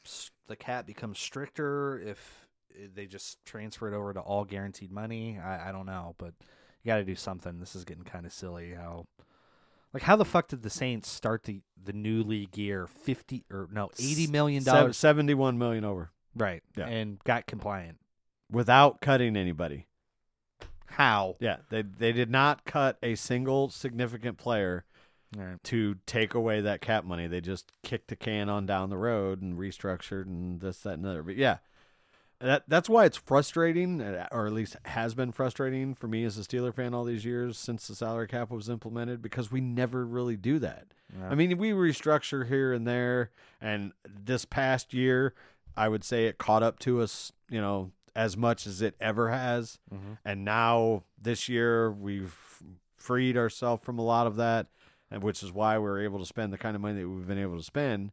E: the cap becomes stricter, if they just transfer it over to all guaranteed money. I, I don't know, but you got to do something. This is getting kind of silly. How, like, how the fuck did the Saints start the the new league year fifty or no eighty million
D: Sev-
E: dollars
D: 71 million over
E: right
D: Yeah.
E: and got compliant?
D: without cutting anybody.
E: How?
D: Yeah, they they did not cut a single significant player
E: Right.
D: to take away that cap money. They just kicked the can on down the road and restructured and this, that, and the other. But yeah, that that's why it's frustrating, uh, or at least has been frustrating for me as a Steeler fan all these years since the salary cap was implemented because we never really do that. I mean, we restructure here and there, and this past year, I would say it caught up to us, you know, as much as it ever has. And now this year, we've freed ourselves from a lot of that, and which is why we're able to spend the kind of money that we've been able to spend.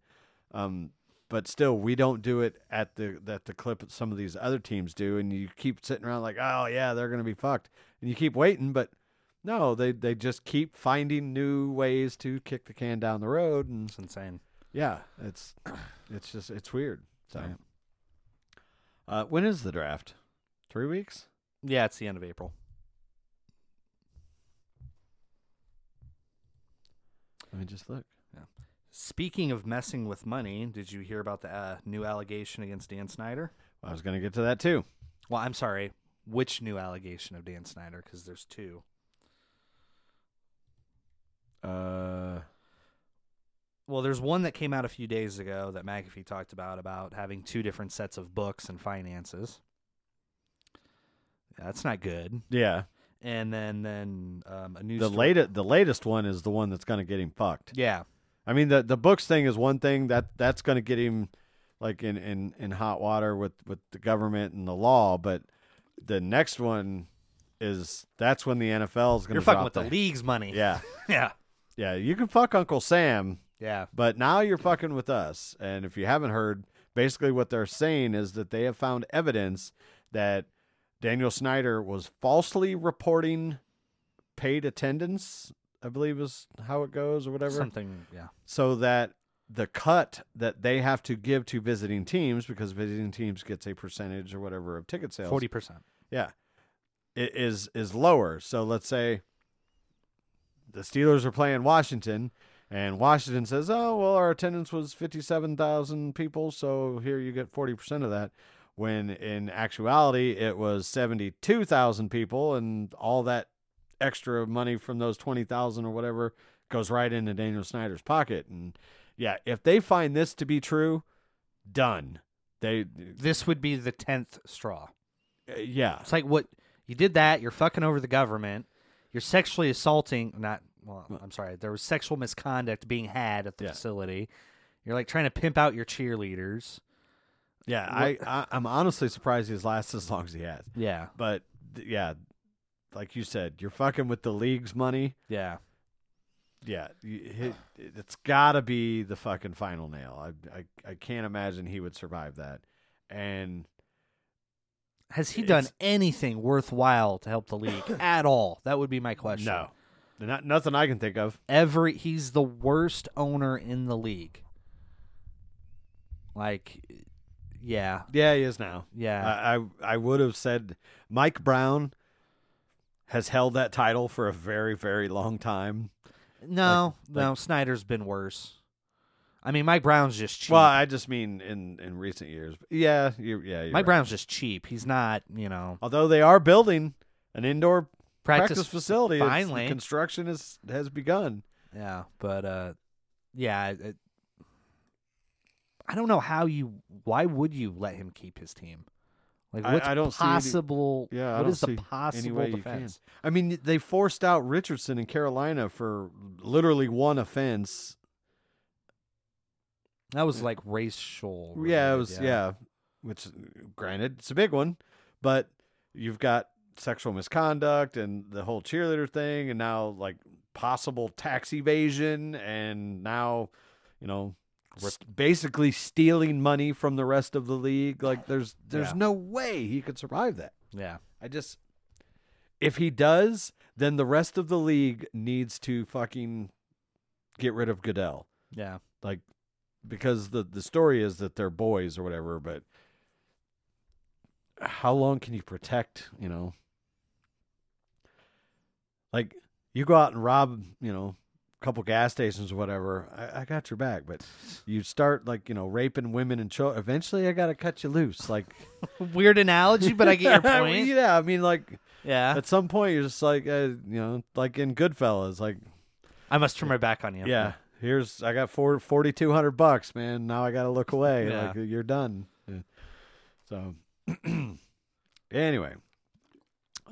D: Um, but still, we don't do it at the that the clip that some of these other teams do, and you keep sitting around like, oh yeah, they're gonna be fucked, and you keep waiting, but no, they they just keep finding new ways to kick the can down the road, and
E: It's insane.
D: yeah, it's it's just it's weird. So,
E: Right.
D: uh, when is the draft? Three weeks?
E: Yeah, it's the end of April.
D: Let me just look.
E: Speaking of messing with money, did you hear about the uh, new allegation against Dan Snyder?
D: I was gonna get to that too.
E: Well, I'm sorry. Which new allegation of Dan Snyder? Because there's two.
D: Uh,
E: Well, there's one that came out a few days ago that McAfee talked about about having two different sets of books and finances. that's not good.
D: Yeah.
E: And then then um, a news
D: The
E: story-
D: latest the latest one is the one that's going to get him fucked.
E: yeah
D: I mean the the books thing is one thing that that's going to get him like in in in hot water with with the government and the law, but the next one is that's when the NFL is going to
E: you're fucking with the league's money.
D: Yeah.
E: yeah,
D: Yeah, you can fuck Uncle Sam,
E: yeah.
D: but now you're fucking with us. And if you haven't heard, basically what they're saying is that they have found evidence that Daniel Snyder was falsely reporting paid attendance, I believe is how it goes or whatever
E: Something. Yeah,
D: so that the cut that they have to give to visiting teams because visiting teams gets a percentage or whatever of ticket sales
E: forty percent.
D: yeah it is is lower so let's say the steelers are playing washington and washington says oh well our attendance was 57000 people so here you get 40% of that when in actuality it was 72000 people and all that extra money from those 20000 or whatever goes right into daniel snyder's pocket and yeah if they find this to be true done they uh,
E: This would be the tenth straw.
D: yeah
E: It's like what you did that. You're fucking over the government. You're sexually assaulting. Not well. I'm sorry. There was sexual misconduct being had at the
D: Yeah.
E: facility. You're like trying to pimp out your cheerleaders.
D: Yeah, I, I I'm honestly surprised he's lasted as long as he has.
E: Yeah,
D: But th- yeah, like you said, you're fucking with the league's money.
E: yeah.
D: Yeah, you- it, it's got to be the fucking final nail. I, I I can't imagine he would survive that. And
E: Has he done
D: It's-
E: anything worthwhile to help the league at all? That would be my question.
D: no, not nothing I can think of.
E: every he's the worst owner in the league. Like, yeah,
D: Yeah, he is now.
E: yeah,
D: I I, I would have said Mike Brown has held that title for a very very long time.
E: no, no. Snyder's been worse. I mean, Mike Brown's just cheap.
D: Well, I just mean in in recent years. Yeah, you yeah. You're
E: Mike
D: right.
E: Brown's just cheap. He's not, you know,
D: Although they are building an indoor practice,
E: practice,
D: facility, It's- the
E: finally.
D: construction is has begun.
E: Yeah, but uh, yeah, it, it- I don't know how you. Why would you let him keep his team? Like,
D: I-
E: what's
D: I don't see any-
E: possible?
D: Yeah, I
E: what
D: don't
E: is the
D: see any
E: possible
D: way you can.
E: defense?
D: I mean, they forced out Richardson in Carolina for literally one offense.
E: That was like racial.
D: yeah, it
E: related,
D: was yeah. which granted it's a big one, but you've got sexual misconduct and the whole cheerleader thing, and now like possible tax evasion, and now you know. s- Basically stealing money from the rest of the league, like there's there's
E: Yeah.
D: no way he could survive that.
E: yeah.
D: I just if he does, then the rest of the league needs to fucking get rid of Goodell.
E: Yeah.
D: Like because the the story is that they're boys or whatever, but how long can you protect, you know? Like you go out and rob, you know, a couple gas stations or whatever. I, I got your back, but you start like, you know, raping women and children. Eventually I got to cut you loose. Like
E: Weird analogy, but I get your point. Uh.
D: yeah, I mean like
E: Yeah.
D: at some point you're just like uh, you know like in goodfellas like
E: I must turn my back on you.
D: yeah here's i got four, 4200 bucks man now i gotta look away
E: Yeah.
D: like you're done Yeah. so anyway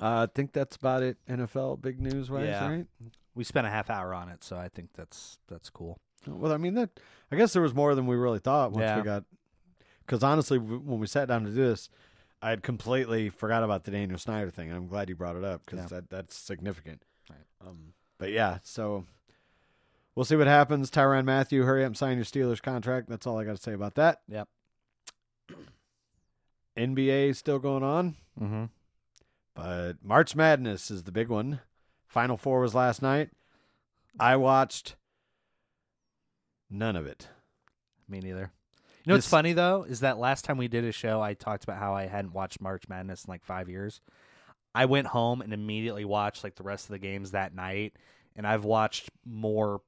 D: uh, i think that's about it nfl big news wise
E: Yeah.
D: right
E: We spent a half hour on it, so I think that's that's cool.
D: well i mean that i guess there was more than we really thought once
E: Yeah.
D: we got because honestly w- when we sat down to do this i had completely forgot about the daniel snyder thing and i'm glad you brought it up because
E: Yeah.
D: that, that's significant Um, but yeah, so we'll see what happens. Tyron Matthew, hurry up and sign your Steelers contract. That's all I got to say about that.
E: Yep.
D: NBA is still going on,
E: Mm-hmm.
D: but March Madness is the big one. Final Four was last night. I watched none of it.
E: Me neither. You know what's
D: This-
E: funny though is that last time we did a show, I talked about how I hadn't watched March Madness in like five years. I went home and immediately watched like the rest of the games that night, and I've watched more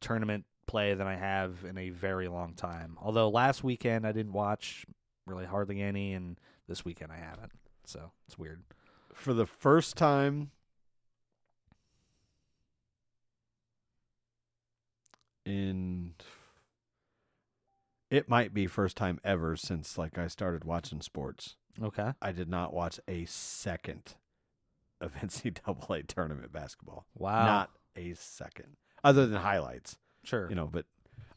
E: tournament play than I have in a very long time. Although last weekend I didn't watch really hardly any, and this weekend I haven't. So it's weird.
D: For the first time in it might be first time ever since like I started watching sports.
E: Okay.
D: I did not watch a second of NCAA tournament basketball.
E: Wow.
D: Not a second, other than highlights,
E: Sure.
D: you know. But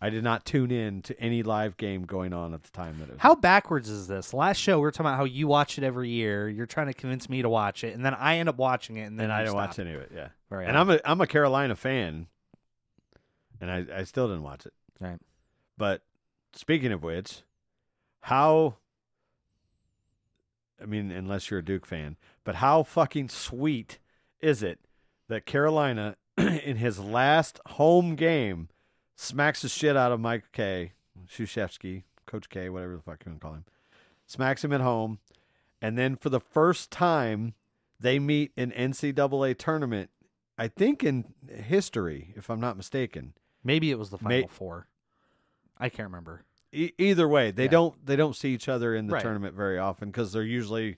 D: I did not tune in to any live game going on at the time that it was.
E: How backwards is this? Last show we were talking about how you watch it every year. You're trying to convince me to watch it, and then I end up watching it, and then
D: and I
E: you
D: didn't
E: stop.
D: watch any of it. Yeah,
E: Very
D: and I'm a I'm a Carolina fan, and I I still didn't watch it.
E: Right.
D: But speaking of which, how? I mean, unless you're a Duke fan, but how fucking sweet is it that Carolina, in his last home game, smacks the shit out of Mike K, Shushevsky, Coach K, whatever the fuck you want to call him, smacks him at home, and then for the first time they meet in NCAA tournament. I think in history, if I'm not mistaken.
E: Maybe it was the
D: May-
E: final four. I can't remember.
D: E- either way, they
E: Yeah.
D: don't they don't see each other in the
E: Right.
D: tournament very often because they're usually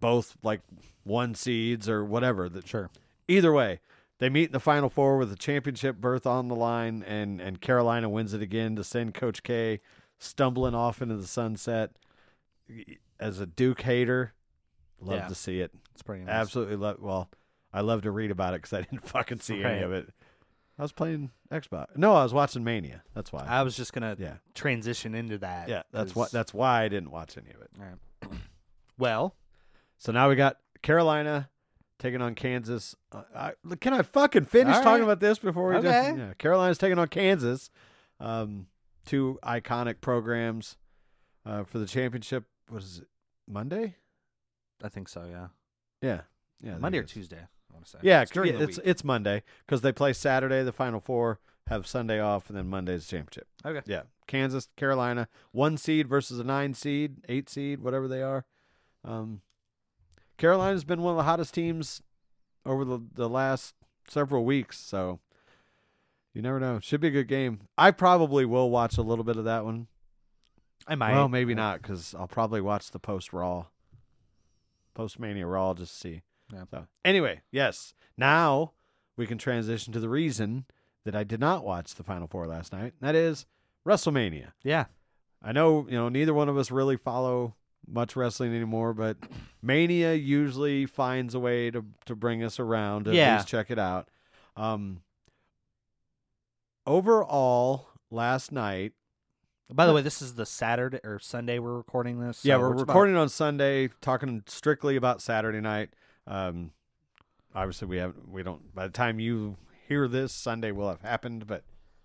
D: both like one seeds or whatever. That
E: Sure.
D: either way, they meet in the final four with a championship berth on the line, and and Carolina wins it again to send Coach K stumbling off into the sunset. As a Duke hater, love
E: Yeah.
D: to see it.
E: It's pretty nice.
D: Absolutely love. Well, I love to read about it because I didn't fucking see any
E: Right.
D: of it. I was playing Xbox. No, I was watching Mania. That's why.
E: I was just gonna
D: yeah,
E: transition into that.
D: yeah. That's
E: 'cause-
D: what. That's why I didn't watch any of it.
E: All right. well,
D: So now we got Carolina taking on Kansas. Uh, I, can I fucking finish
E: All
D: talking
E: right.
D: about this before we
E: Okay.
D: just? Yeah, Carolina's taking on Kansas. Um, two iconic programs uh, for the championship. Was it Monday?
E: I think so. Yeah.
D: Yeah, yeah. I think
E: Monday
D: it
E: or
D: is.
E: Tuesday. I want to say.
D: Yeah,
E: It's during
D: yeah,
E: the
D: it's
E: week.
D: it's Monday because they play Saturday the Final Four, have Sunday off, and then Monday's the championship.
E: okay.
D: Yeah, Kansas, Carolina, one seed versus a nine seed, eight seed, whatever they are. Um, Carolina's been one of the hottest teams over the the last several weeks, so you never know. Should be a good game. I probably will watch a little bit of that one.
E: I might.
D: well, maybe not because I'll probably watch the post Raw, post Mania Raw just to see.
E: Yeah.
D: So anyway, yes. Now we can transition to the reason that I did not watch the Final Four last night. And that is WrestleMania.
E: Yeah.
D: I know you know neither one of us really follow much wrestling anymore, but Mania usually finds a way to to bring us around. To At
E: Yeah.
D: least check it out. Um, overall, last night
E: By the way, this is the Saturday or Sunday we're recording this.
D: yeah,
E: so
D: we're
E: it's about-
D: recording on Sunday, talking strictly about Saturday night. Um, obviously, we haven't, we don't. By the time you hear this, Sunday will have happened, but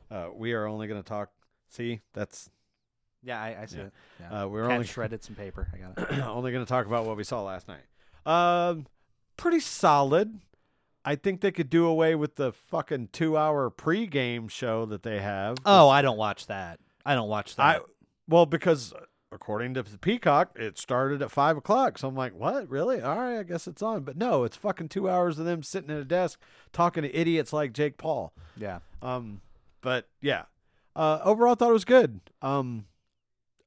D: uh, we are only going to talk. See, that's
E: Yeah, I, I see
D: Yeah.
E: it. Yeah.
D: uh, we're
E: Cat
D: only
E: shredded some paper. I got it.
D: only going to talk about what we saw last night. Um, pretty solid. I think they could do away with the fucking two-hour pregame show that they have.
E: Oh, I don't watch that. I don't watch that.
D: I well because according to Peacock, it started at five o'clock. So I'm like, what? Really? All right, I guess it's on. But no, it's fucking two hours of them sitting at a desk talking to idiots like Jake Paul.
E: yeah.
D: Um, but yeah, uh, overall, I thought it was good. Um,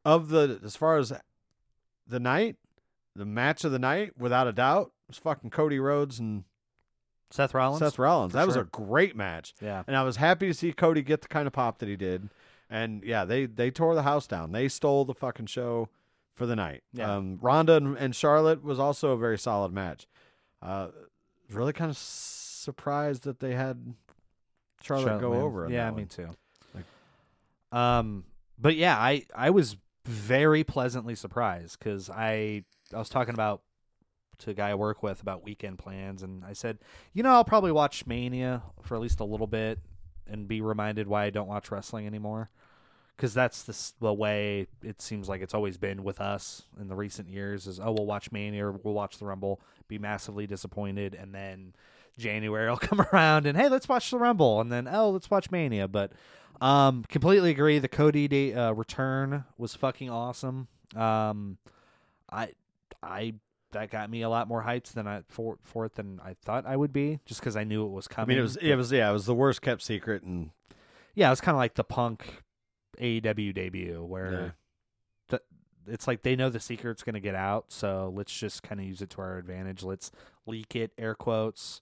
D: of the as far as the night, the match of the night, without a doubt, was fucking Cody Rhodes and
E: Seth Rollins.
D: Seth Rollins.
E: For
D: That was
E: sure.
D: a great match.
E: Yeah.
D: And I was happy to see Cody get the kind of pop that he did. And yeah, they they tore the house down. They stole the fucking show for the night.
E: Yeah.
D: Um, Ronda and, and Charlotte was also a very solid match. Uh, really kind of surprised that they had Charlotte, go
E: win.
D: over. in
E: Yeah,
D: that
E: me
D: one.
E: too. um, but yeah, I I was very pleasantly surprised because I I was talking about to a guy I work with about weekend plans, and I said, you know, I'll probably watch Mania for at least a little bit and be reminded why I don't watch wrestling anymore. Because that's the, s- the way it seems like it's always been with us in the recent years is, oh, we'll watch Mania or we'll watch the Rumble, be massively disappointed, and then January will come around and, hey, let's watch the Rumble, and then, oh, let's watch Mania. But um, completely agree. The Cody day, uh, return was fucking awesome. Um, I, I, that got me a lot more hyped than I for, for it than I thought I would be, just because I knew it was
D: I
E: coming.
D: mean, it was it was yeah, it was the worst kept secret, and
E: yeah, it's kind of like the punk AEW debut where th- it's like they know the secret's going to get out, so let's just kind of use it to our advantage. Let's leak it, air quotes.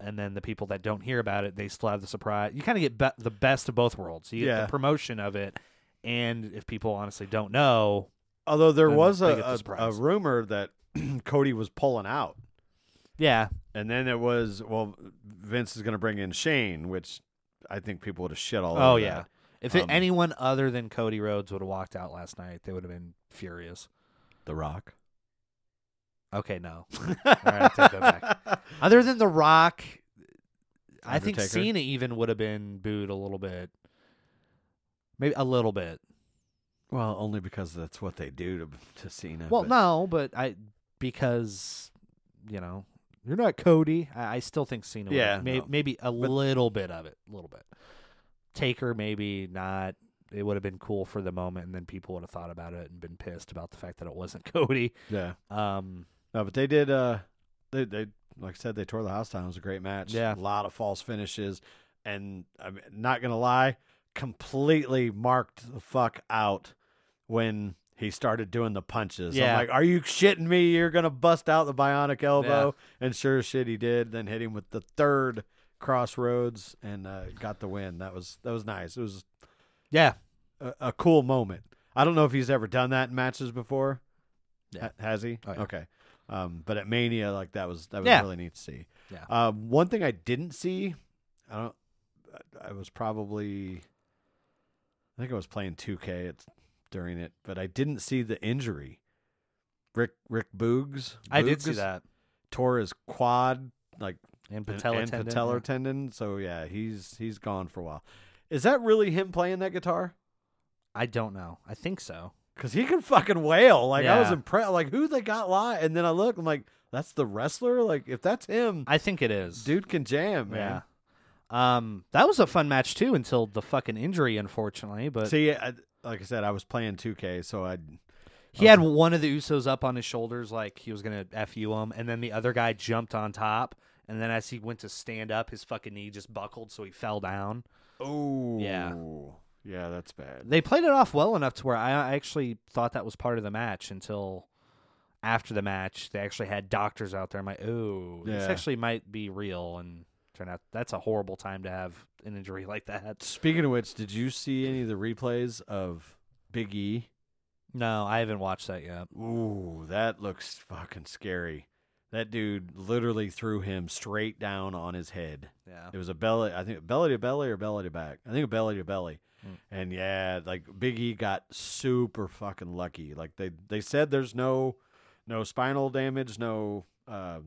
E: And then the people that don't hear about it, they still have the surprise. You kind of get be- the best of both worlds. You get
D: Yeah.
E: the promotion of it, and if people honestly don't know,
D: Although there
E: I'm
D: was
E: big at
D: a,
E: this
D: a, a
E: prize.
D: rumor that Cody was pulling out.
E: Yeah,
D: And then it was, well, Vince is going to bring in Shane, which I think people would have shit all
E: Oh
D: over
E: yeah.
D: that.
E: If it-
D: Um,
E: anyone other than Cody Rhodes would have walked out last night, they would have been furious.
D: The Rock.
E: Okay, no. right, I take that Other than The Rock, I think
D: Undertaker?
E: Cena even would have been booed a little bit. Maybe a little bit.
D: Well, only because that's what they do to, to Cena.
E: Well,
D: but-
E: no, but I because you know you're not Cody. I, I still think Cena.
D: Yeah,
E: would, may,
D: no.
E: maybe a little bit of it, a little bit. Taker maybe not. It would have been cool for the moment, and then people would have thought about it and been pissed about the fact that it wasn't Cody.
D: Yeah.
E: Um,
D: No, but they did. Uh, they they like I said, they tore the house down. It was a great match.
E: Yeah.
D: a lot of false finishes, and I'm not gonna lie, completely marked the fuck out when he started doing the punches.
E: Yeah.
D: I'm like, are you shitting me? You're gonna bust out the bionic elbow, and sure as shit he did. Then hit him with the third crossroads and uh, got the win. That was that was nice. It was
E: yeah,
D: a, a cool moment. I don't know if he's ever done that in matches before.
E: Yeah.
D: Ha- has he?
E: Oh, yeah.
D: Okay. Um, but at Mania, like that was that was
E: Yeah.
D: really neat to see.
E: Yeah.
D: Um, one thing I didn't see, I don't. I- I was probably, I think I was playing 2K at, during it, but I didn't see the injury. Rick Rick Boogs,
E: I did see
D: Boogs
E: that.
D: tore his quad like
E: And
D: and-
E: patella
D: and
E: tendon.
D: patellar
E: yeah.
D: tendon. So yeah, he's he's gone for a while. Is that really him playing that guitar?
E: I don't know. I think so.
D: Cause he can fucking wail. Like I was
E: Yeah.
D: impressed. Like who they got live, and then I look, I'm like, that's the wrestler. Like if that's him,
E: I think it is.
D: dude can jam, man.
E: Yeah. Um, that was a fun match too until the fucking injury, unfortunately. But
D: See, I, like I said, I was playing 2K, so I
E: He had one of the Usos up on his shoulders, like he was gonna f you him, and then the other guy jumped on top, and then as he went to stand up, his fucking knee just buckled, so he fell down.
D: oh
E: Yeah.
D: yeah, that's bad.
E: They played it off well enough to where I I actually thought that was part of the match until after the match they actually had doctors out there. I'm like, oh, this
D: Yeah.
E: actually might be real, and turned out that's a horrible time to have an injury like that.
D: Speaking of which, did you see any of the replays of Big E?
E: No, I haven't watched that yet.
D: Ooh, that looks fucking scary. That dude literally threw him straight down on his head.
E: Yeah,
D: It was a belly, I think belly to belly or belly to back. I think a belly to belly. And yeah, like Big E got super fucking lucky. Like they they said there's no no spinal damage, no uh,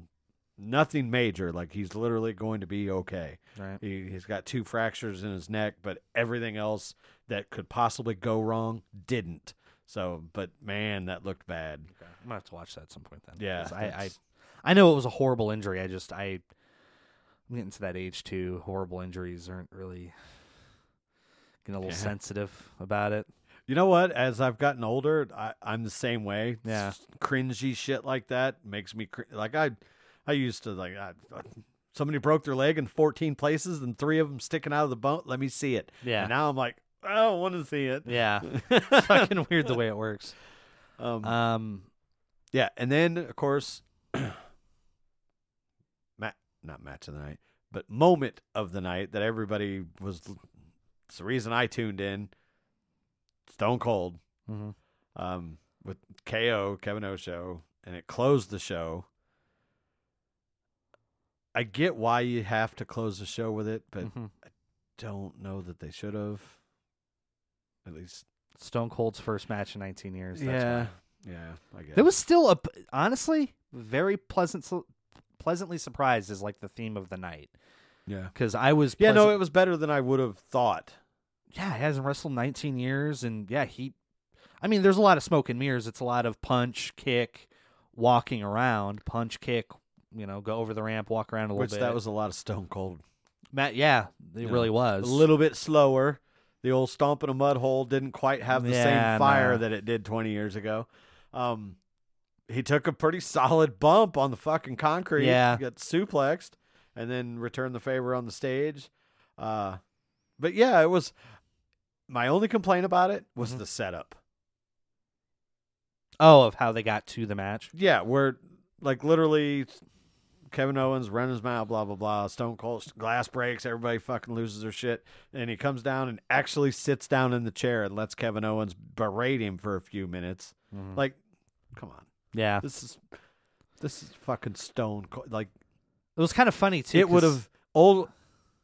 D: nothing major. Like he's literally going to be okay.
E: right.
D: He, he's got two fractures in his neck, but everything else that could possibly go wrong didn't. So, but man, that looked bad.
E: Okay. I'm gonna have to watch that at some point then.
D: Yeah,
E: 'cause I, I
D: that's-
E: I know it was a horrible injury. I just I I'm getting to that age too. Horrible injuries aren't really getting a little
D: Yeah.
E: sensitive about it.
D: You know what? As I've gotten older, I, I'm the same way.
E: Yeah.
D: S- cringy shit like that makes me cr- like I, I used to like I, somebody broke their leg in 14 places and three of them sticking out of the bone. Let me see it.
E: Yeah.
D: And now I'm like, I don't want to see it.
E: Yeah, it's fucking weird the way it works.
D: Um,
E: Um,
D: yeah. And then of course, ma- not match of the night, but moment of the night that everybody was. It's the reason I tuned in. Stone Cold.
E: mhm.
D: um, with KO Kevin O show, and it closed the show. I get why you have to close the show with it, but
E: Mhm.
D: don't know that they should have. At least,
E: Stone Cold's first match in 19 years. That's why.
D: yeah, I guess
E: There was still a p- honestly very pleasant su- pleasantly surprised is like the theme of the night
D: yeah,
E: because I was
D: yeah.
E: pleasant-
D: No, it was better than I would have thought.
E: yeah, he hasn't wrestled in 19 years, and yeah, he. I mean, there's a lot of smoke and mirrors. It's a lot of punch, kick, walking around, punch, kick. You know, go over the ramp, walk around a little
D: Which
E: bit.
D: that was a lot of Stone Cold.
E: Matt. Yeah, it
D: Yeah.
E: really was.
D: A little bit slower. The old stomp in a mud hole didn't quite have the
E: Yeah,
D: same fire
E: nah.
D: that it did 20 years ago. Um, he took a pretty solid bump on the fucking concrete.
E: Yeah.
D: Got suplexed and then returned the favor on the stage. Uh, but yeah, it was my only complaint about it was
E: Mhm.
D: the setup.
E: Oh, of how they got to the match.
D: Yeah, where like literally Kevin Owens running his mouth, blah blah blah. Stone Cold glass breaks, everybody fucking loses their shit, and he comes down and actually sits down in the chair and lets Kevin Owens berate him for a few minutes. Like, come on,
E: Yeah,
D: this is this is fucking stone. co- Like
E: it was kind of funny too.
D: it would
E: 'cause-
D: have old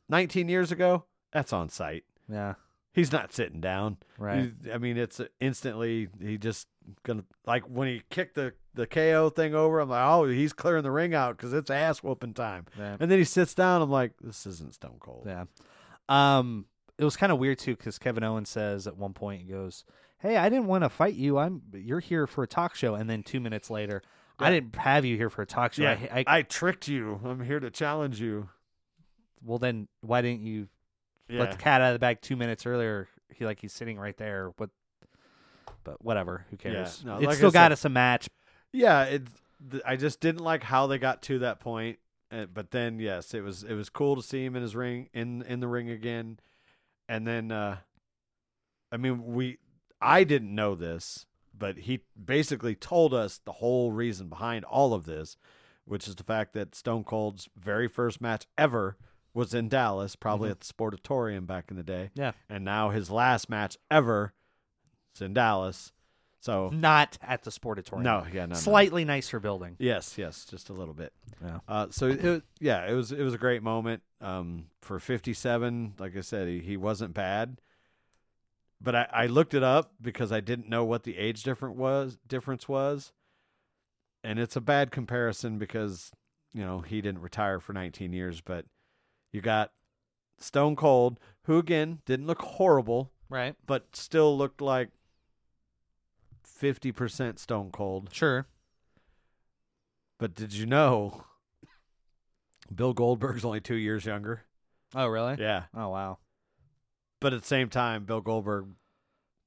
D: nineteen years ago. That's on site.
E: Yeah,
D: He's not sitting down.
E: right.
D: He- I mean, it's instantly he just gonna like when he kicked the the KO thing over. I'm like, oh, he's clearing the ring out because it's ass whooping time.
E: Right.
D: And then he sits down. I'm like, this isn't Stone Cold.
E: Yeah. Um, it was kind of weird too because Kevin Owens says at one point he goes, "Hey, I didn't want to fight you. I'm you're here for a talk show." And then two minutes later, I didn't have you here for a talk show.
D: Yeah,
E: I, I,
D: I tricked you. I'm here to challenge you.
E: well then why didn't you
D: Yeah.
E: let the cat out of the bag two minutes earlier? He like he's sitting right there. What? But whatever. Who cares?
D: no,
E: it
D: like I
E: still got
D: said-
E: us a match.
D: Yeah, it. Th- I just didn't like how they got to that point. Uh, but then, yes, it was it was cool to see him in his ring in in the ring again. And then, uh I mean, we I didn't know this, but he basically told us the whole reason behind all of this, which is the fact that Stone Cold's very first match ever was in Dallas, probably at the Sportatorium back in the day,
E: Yeah.
D: and now his last match ever is in Dallas. So
E: Not at the Sportatorium.
D: no, yeah, no, no.
E: Slightly nicer building.
D: Yes, yes, just a little bit.
E: Yeah.
D: Uh, so it, was- yeah, it was it was a great moment. Um, for fifty seven, like I said, he, he wasn't bad. But I, I looked it up because I didn't know what the age difference was difference was. And it's a bad comparison because, you know, he didn't retire for nineteen years, but you got Stone Cold, who again didn't look horrible,
E: Right.
D: but still looked like fifty percent Stone Cold.
E: Sure.
D: But did you know Bill Goldberg's only two years younger?
E: Oh really?
D: Yeah.
E: Oh wow.
D: But at the same time, Bill Goldberg,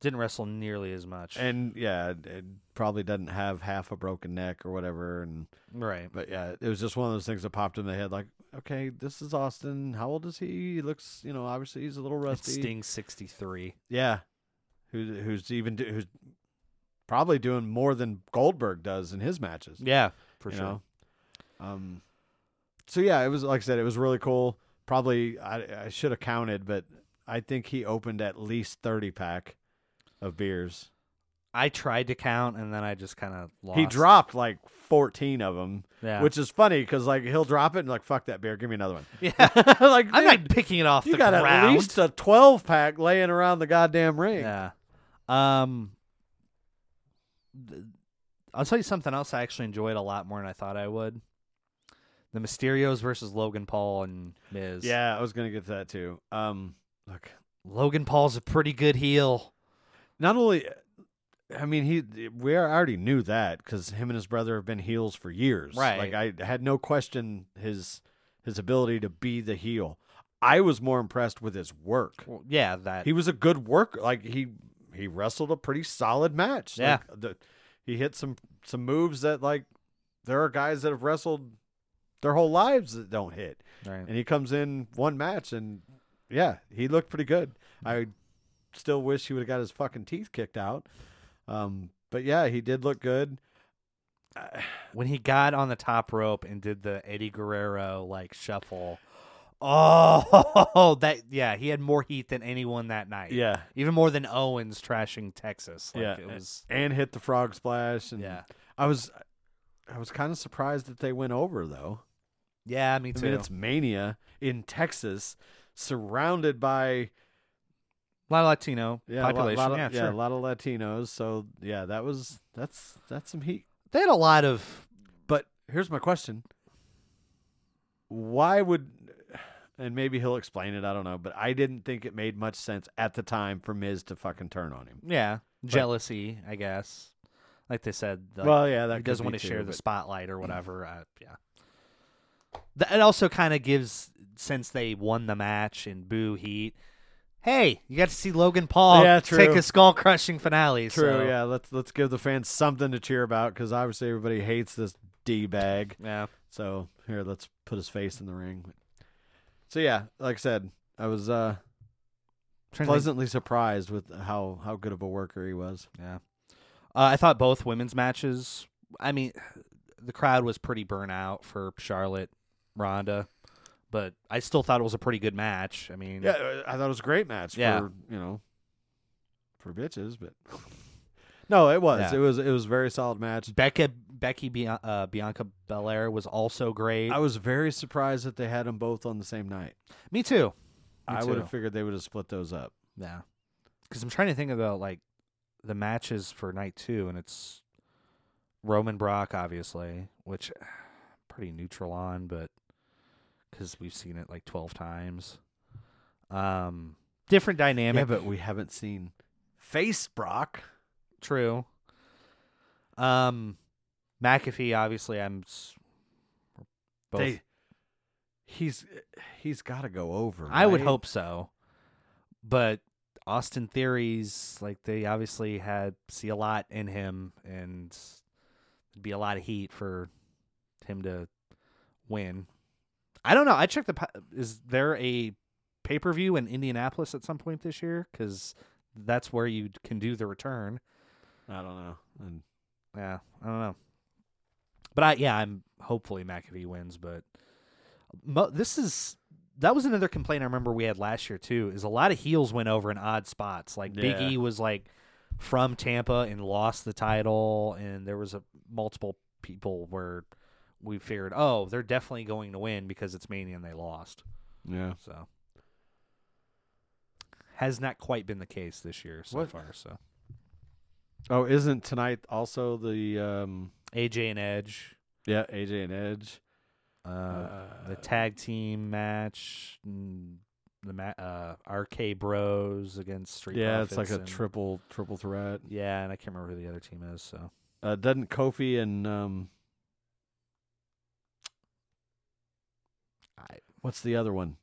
E: Didn't wrestle nearly as much.
D: and yeah, it- it probably doesn't have half a broken neck or whatever. And
E: right.
D: but yeah, it was just one of those things that popped in the head. Like, okay, this is Austin. How old is he? He looks, you know, obviously he's a little
E: It's
D: rusty.
E: Sting 63.
D: Yeah, who who's even do, who's probably doing more than Goldberg does in his matches.
E: Yeah, for
D: you
E: sure.
D: know? Um, so yeah, it was like I said, it was really cool. Probably I, I should have counted, but I think he opened at least thirty pack of beers.
E: I tried to count and then I just kind of lost.
D: He dropped like fourteen of them,
E: Yeah.
D: which is funny because like he'll drop it and like fuck that beer, give me another one.
E: Yeah.
D: like dude,
E: I'm not picking it off
D: you
E: the
D: got
E: ground.
D: at least a twelve pack laying around the goddamn ring.
E: yeah. Um th- I'll tell you something else I actually enjoyed a lot more than I thought I would. The Mysterios versus Logan Paul and Miz.
D: Yeah, I was gonna get to that too. Um, look,
E: Logan Paul's a pretty good heel.
D: not only I mean he we are- I already knew that because him and his brother have been heels for years.
E: Right.
D: Like I had no question his his ability to be the heel. I was more impressed with his work.
E: Well, yeah, that
D: He was a good worker. Like he he wrestled a pretty solid match.
E: Yeah.
D: Like, the, he hit some some moves that like there are guys that have wrestled their whole lives that don't hit
E: right.
D: and he comes in one match and yeah he looked pretty good i still wish he would have got his fucking teeth kicked out um but yeah he did look good
E: when he got on the top rope and did the Eddie Guerrero like shuffle. Oh, that yeah, he had more heat than anyone that night.
D: yeah
E: even more than Owens trashing Texas. Like,
D: yeah
E: it was
D: and hit the frog splash and
E: Yeah.
D: i was i was kind of surprised that they went over though
E: yeah, me
D: i
E: too.
D: mean it's mania in texas surrounded by
E: a lot of Latino
D: yeah, a lot-
E: population.
D: lot of-
E: yeah, sure.
D: a lot of latinos so yeah that was that's that's some heat
E: They had a lot of
D: But here's my question. Why would and maybe he'll explain it, I don't know, but I didn't think it made much sense at the time for Miz to fucking turn on him.
E: yeah jealousy, I guess. Like they said, like,
D: Well, yeah, that
E: he
D: could
E: doesn't
D: be
E: want to
D: too,
E: share the
D: but-
E: spotlight or whatever. Uh, yeah, Th- it also kind of gives since they won the match in boo heat. Hey, you got to see Logan Paul
D: Yeah,
E: take
D: true.
E: a skull crushing finale.
D: True,
E: so-
D: yeah, let's let's give the fans something to cheer about cuz obviously everybody hates this D-bag.
E: yeah.
D: So, here, let's put his face in the ring. So yeah, like I said, I was uh
E: Trying to think-
D: pleasantly surprised with how how good of a worker he was.
E: Yeah. Uh, I thought both women's matches. I mean, the crowd was pretty burnt out for Charlotte, Ronda, but I still thought it was a pretty good match. I mean,
D: Yeah, I thought it was a great match
E: Yeah.
D: for you know for bitches, but No, it was.
E: Yeah.
D: It was. It was a very solid match.
E: Becca Becky Bian- uh, Bianca Belair was also great.
D: I was very surprised that they had them both on the same night.
E: Me too. Me
D: I would
E: too.
D: have figured they would have split those up.
E: Yeah. Because I'm trying to think about like the matches for night two, and it's Roman Brock, obviously, which I'm pretty neutral on, but because we've seen it like 12 times. Um, different dynamic.
D: yeah, but we haven't seen face Brock.
E: True. Um, McAfee, obviously, I'm. s- we're Both.
D: They, he's he's got to go over.
E: I would
D: right?
E: hope so, but Austin theories like they obviously had see a lot in him, and it'd be a lot of heat for him to win. I don't know. I checked the. pa- Is there a pay per view in Indianapolis at some point this year? Because that's where you can do the return.
D: I don't know. And
E: Yeah, I don't know. But I yeah, I'm hopefully McAfee wins, but mo- this is that was another complaint I remember we had last year too. Is a lot of heels went over in odd spots. Like Big
D: Yeah.
E: E was like from Tampa and lost the title, and there was a multiple people where we figured, oh, they're definitely going to win because it's Mania and they lost.
D: yeah,
E: So has not quite been the case this year so
D: What-
E: far. So
D: Oh, isn't tonight also the um
E: AJ and Edge.
D: yeah AJ and Edge?
E: uh, the
D: Uh,
E: tag team match, mm, the ma- uh, RK Bros against Street.
D: yeah, it's like
E: Profits
D: a
E: and-
D: triple triple threat.
E: Yeah, and I can't remember who the other team is. So
D: Uh, doesn't Kofi and um,
E: I-
D: what's the other one?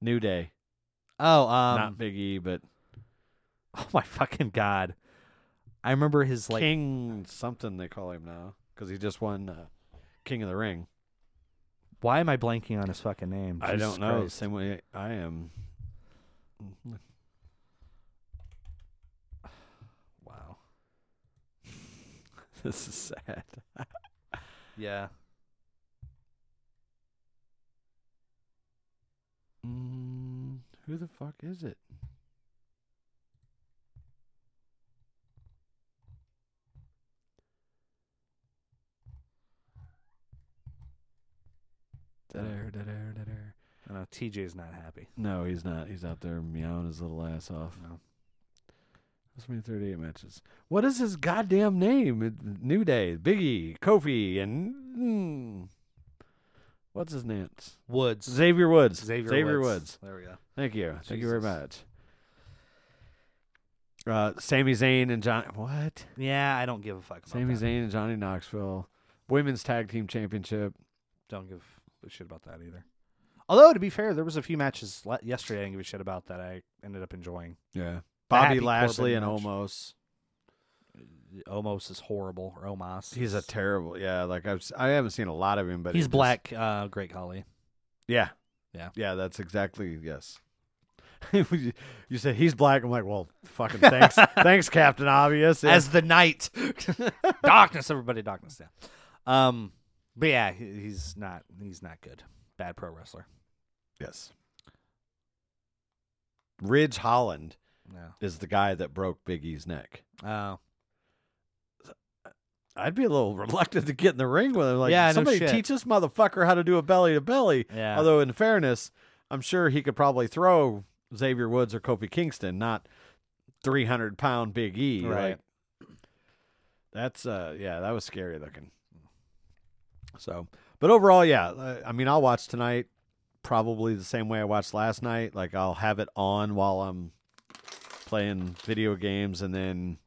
D: New Day,
E: oh, um,
D: not Big E, but
E: oh my fucking god! I remember his like
D: King something they call him now because he just won uh, King of the Ring.
E: Why am I blanking on his fucking name?
D: I
E: Jesus
D: don't know.
E: Christ.
D: Same way I am.
E: Wow.
D: this is sad.
E: Yeah.
D: Mm, who the fuck is it? Da-der, da-der, da-der.
E: I know TJ's not happy.
D: No, he's not. He's out there meowing his little ass off.
E: No.
D: That's me 38 matches. What is his goddamn name? It- New Day, Biggie, Kofi, and. mm, what's his name?
E: Woods.
D: Xavier Woods.
E: Xavier,
D: Woods.
E: There we go.
D: Thank you. Thank you very much.
E: Jesus.
D: Uh, Sami Zayn and John. What?
E: Yeah, I don't give a fuck. About
D: Sami
E: that.
D: Zayn and Johnny Knoxville. Women's Tag Team Championship.
E: Don't give a shit about that either. Although to be fair, there was a few matches le- yesterday I didn't give a shit about that I ended up enjoying.
D: Yeah. Bobby
E: Happy
D: Lashley
E: Corbin
D: and
E: match.
D: Omos.
E: Omos is horrible. Or Omos.
D: He's a
E: is-
D: terrible. Yeah, like I've s- I haven't seen a lot of him, but it
E: he's
D: just-
E: black. Uh, Great Holly.
D: yeah,
E: Yeah.
D: yeah. That's exactly yes. you you say he's black. I'm like, well, fucking thanks, thanks, Captain Obvious. Yeah.
E: As the night, darkness, everybody, darkness. Yeah. Um, but yeah, he- he's not. He's not good. Bad pro wrestler.
D: yes. Ridge Holland
E: Yeah.
D: is the guy that broke Biggie's neck.
E: Oh.
D: I'd be a little reluctant to get in the ring with him. Like,
E: Yeah, no
D: somebody
E: shit.
D: teach this motherfucker how to do a belly to belly.
E: Yeah.
D: Although, in fairness, I'm sure he could probably throw Xavier Woods or Kofi Kingston, not 300 pound Big E.
E: Right.
D: Like, that's uh, yeah, that was scary looking. So, but overall, yeah, I- I mean, I'll watch tonight probably the same way I watched last night. Like, I'll have it on while I'm playing video games, and then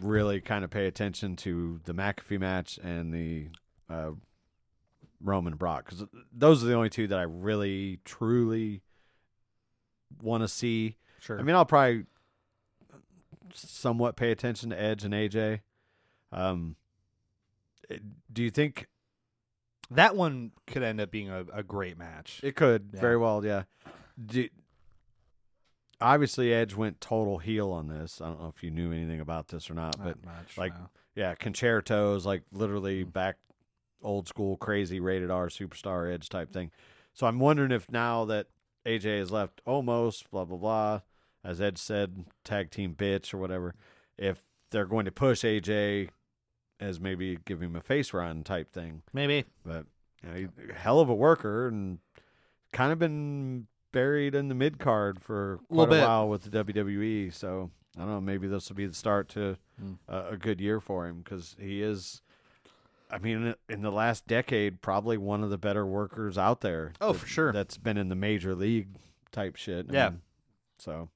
D: really kind of pay attention to the McAfee match and the uh, Roman Brock because those are the only two that I really truly want to see.
E: sure.
D: I mean, I'll probably somewhat pay attention to Edge and AJ. Um, it- do you think
E: that one could end up being a, a great match.
D: it could
E: Yeah.
D: very well? Yeah. Do, obviously, Edge went total heel on this. I don't know if you knew anything about this or not,
E: Not
D: but
E: much,
D: like-
E: no.
D: Yeah, concertos, like literally back old school, crazy rated R superstar edge type thing. So I'm wondering if now that AJ has left almost, blah, blah, blah, as Edge said, tag team bitch or whatever, if they're going to push AJ as maybe give him a face run type thing.
E: Maybe.
D: But you know, he- hell of a worker and kind of been buried in the mid card for
E: Little
D: quite a
E: bit.
D: while with the WWE. So I don't know. Maybe this will be the start to
E: Hmm.
D: a, a good year for him because he is. I mean, in the last decade, probably one of the better workers out there.
E: Oh,
D: that-
E: for sure.
D: That's been in the major league type shit. I
E: Yeah.
D: mean, so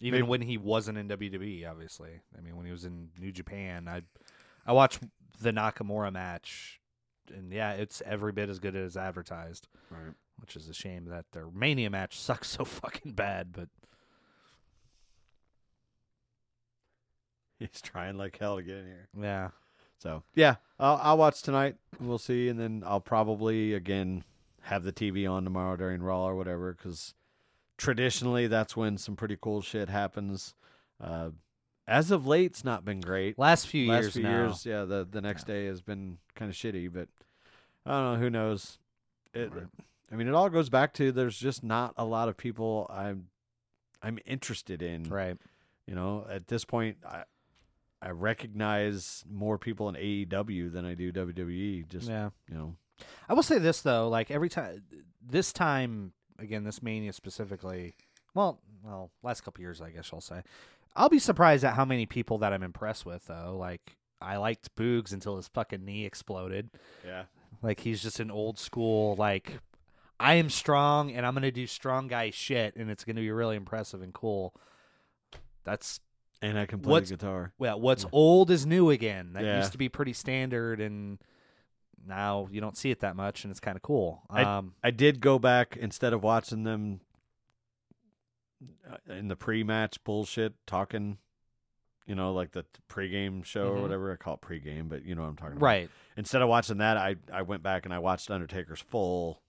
E: Even
D: Maybe-
E: when he wasn't in WWE, obviously. I mean, when he was in New Japan, I I watched the Nakamura match, and yeah, it's every bit as good as advertised.
D: Right.
E: Which is a shame that their Mania match sucks so fucking bad. But
D: he's trying like hell to get in here.
E: yeah,
D: So yeah, I'll, I'll watch tonight. and We'll see, and then I'll probably again have the TV on tomorrow during Raw or whatever, because traditionally that's when some pretty cool shit happens. Uh, as of late, it's not been great.
E: last few
D: Last
E: years
D: few
E: now.
D: years, yeah. The the next day has been kind of shitty, but I don't know. Who knows? It,
E: Right.
D: I mean, it all goes back to there's just not a lot of people I'm I'm interested in
E: Right.
D: you know, at this point, I I recognize more people in AEW than I do WWE. Just
E: yeah.
D: you know,
E: I will say this though, like every time, this time again, this mania specifically. Well, well, last couple years, I guess I'll say. I'll be surprised at how many people that I'm impressed with though. Like I liked Boogs until his fucking knee exploded.
D: yeah,
E: Like he's just an old school like. I am strong, and I'm gonna do strong guy shit, and it's gonna be really impressive and cool. That's
D: and I can play
E: What's-
D: the guitar.
E: well, what's old is new again. That
D: Yeah.
E: used to be pretty standard, and now you don't see it that much, and it's kind of cool. Um,
D: I did go back instead of watching them uh, in the pre-match bullshit talking, you know, like the t- pre-game show or
E: Mhm.
D: whatever. I call it pre-game, but you know what I'm talking about.
E: right.
D: Instead of watching that, I I went back and I watched Undertaker's full.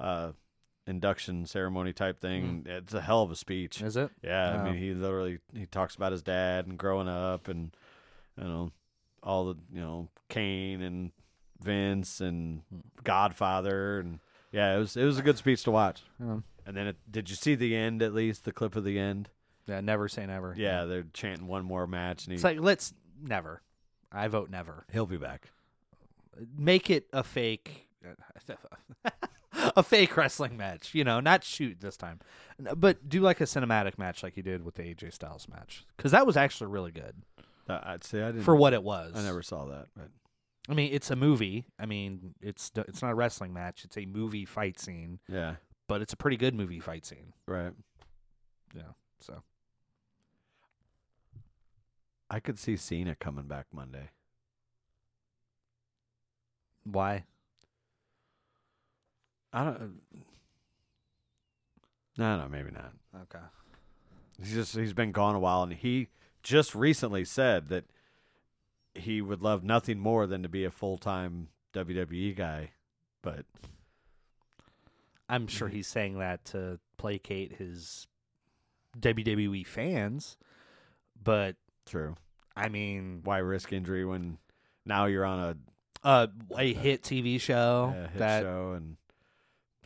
D: uh induction ceremony type thing
E: Mm-hmm.
D: it's a hell of a speech
E: Is it?
D: Yeah, I
E: Wow.
D: mean, he literally he talks about his dad and growing up, and you know, all the you know Kane and Vince and
E: Hmm.
D: Godfather, and yeah, it was it was a good speech to watch.
E: Yeah.
D: And then, it, did you see the end? At least the clip of the end.
E: Yeah, never say never.
D: Yeah, they're chanting one more match, and he,
E: It's like let's never. I vote never.
D: he'll be back.
E: Make it a fake a fake wrestling match, you know, not shoot this time. But do like a cinematic match like you did with the AJ Styles match cuz that was actually really good
D: Uh, I'd say I didn't.
E: for what it was.
D: I never saw that, but
E: I mean, it's a movie. I mean, it's it's not a wrestling match, it's a movie fight scene,
D: yeah,
E: but it's a pretty good movie fight scene.
D: right.
E: Yeah. So,
D: I could see Cena coming back Monday.
E: why?
D: I don't. uh, No, no, maybe not.
E: Okay.
D: He's just he's been gone a while, and he just recently said that he would love nothing more than to be a full time WWE E guy. But
E: I'm sure
D: Mm-hmm.
E: he's saying that to placate his WWE fans, but
D: true,
E: I mean,
D: why risk injury when now you're on a
E: uh, a hit TV show
D: uh, hit
E: that
D: show and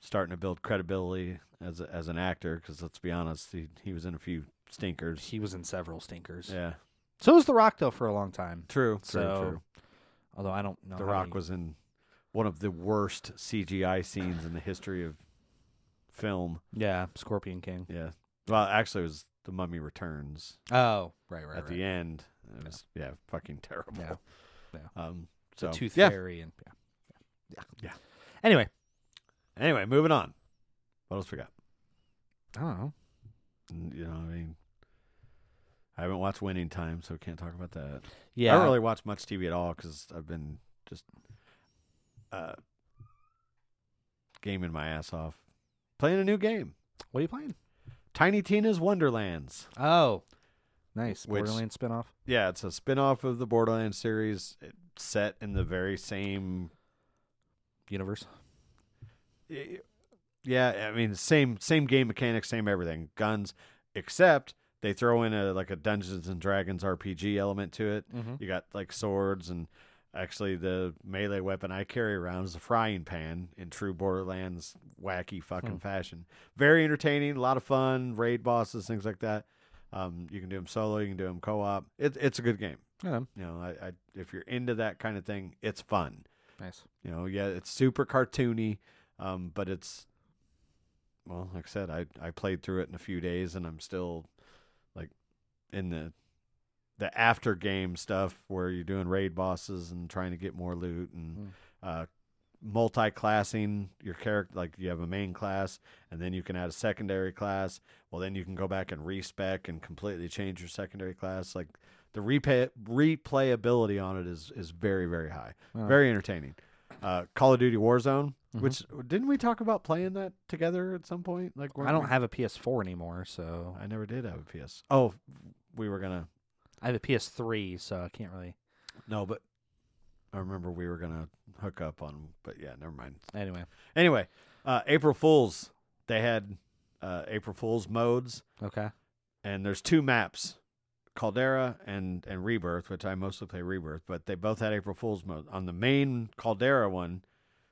D: starting to build credibility as a, as an actor? Because let's be honest, he he was in a few stinkers.
E: he was in several stinkers.
D: Yeah,
E: So was The Rock though for a long time.
D: true, true,
E: So,
D: true.
E: Although I don't know,
D: The
E: how
D: Rock
E: many-
D: was in one of the worst CGI scenes in the history of film.
E: yeah Scorpion King.
D: Yeah. Well, actually, it was The Mummy Returns
E: Oh, right, right,
D: at
E: right.
D: the end. It was yeah, fucking terrible.
E: Yeah.
D: Um. So
E: Tooth
D: yeah.
E: Fairy and yeah. yeah,
D: Yeah.
E: Anyway,
D: Anyway, moving on. What else we got?
E: I don't know.
D: N- You know, I mean, I haven't watched Winning Time, so can't talk about that.
E: Yeah,
D: I don't really watch much TV at all because I've been just uh gaming my ass off, playing a new game,
E: What are you playing?
D: Tiny Tina's Wonderlands.
E: Oh, nice
D: Which-
E: Borderlands spinoff.
D: yeah, it's a spin-off of the Borderlands series it- set in the very same
E: universe.
D: yeah, I mean same same game mechanics, same everything, guns, except they throw in a like a Dungeons and Dragons RPG element to it.
E: Mhm.
D: You got like swords and actually the melee weapon I carry around is a frying pan in true Borderlands wacky fucking fashion. Very entertaining, a lot of fun, raid bosses, things like that. Um, you can do them solo, you can do them co-op. It, it's a good game.
E: Yeah.
D: You know, I, I if you're into that kind of thing, it's fun.
E: Nice.
D: You know, yeah, it's super cartoony, um, but it's well, like I said, I I played through it in a few days, and I'm still like in the the after game stuff where you're doing raid bosses and trying to get more loot and
E: Mm.
D: uh, multi-classing your character. Like you have a main class, and then you can add a secondary class. Well, then you can go back and respec and completely change your secondary class. Like the replay replayability on it is is very very high,
E: Wow.
D: very entertaining. Uh, Call of Duty Warzone,
E: Mhm.
D: which didn't we talk about playing that together at some point? Like weren't
E: I don't
D: we-
E: have a PS4 anymore, so
D: I never did have a PS. Oh, we were gonna
E: I have a PS3, so I can't really.
D: no, but I remember we were gonna hook up on. But yeah, never mind.
E: Anyway,
D: Anyway, uh, April Fools. They had uh, April Fools modes,
E: okay.
D: and there's two maps, Caldera and and Rebirth, which I mostly play Rebirth, but they both had April Fools mode. On the main Caldera one,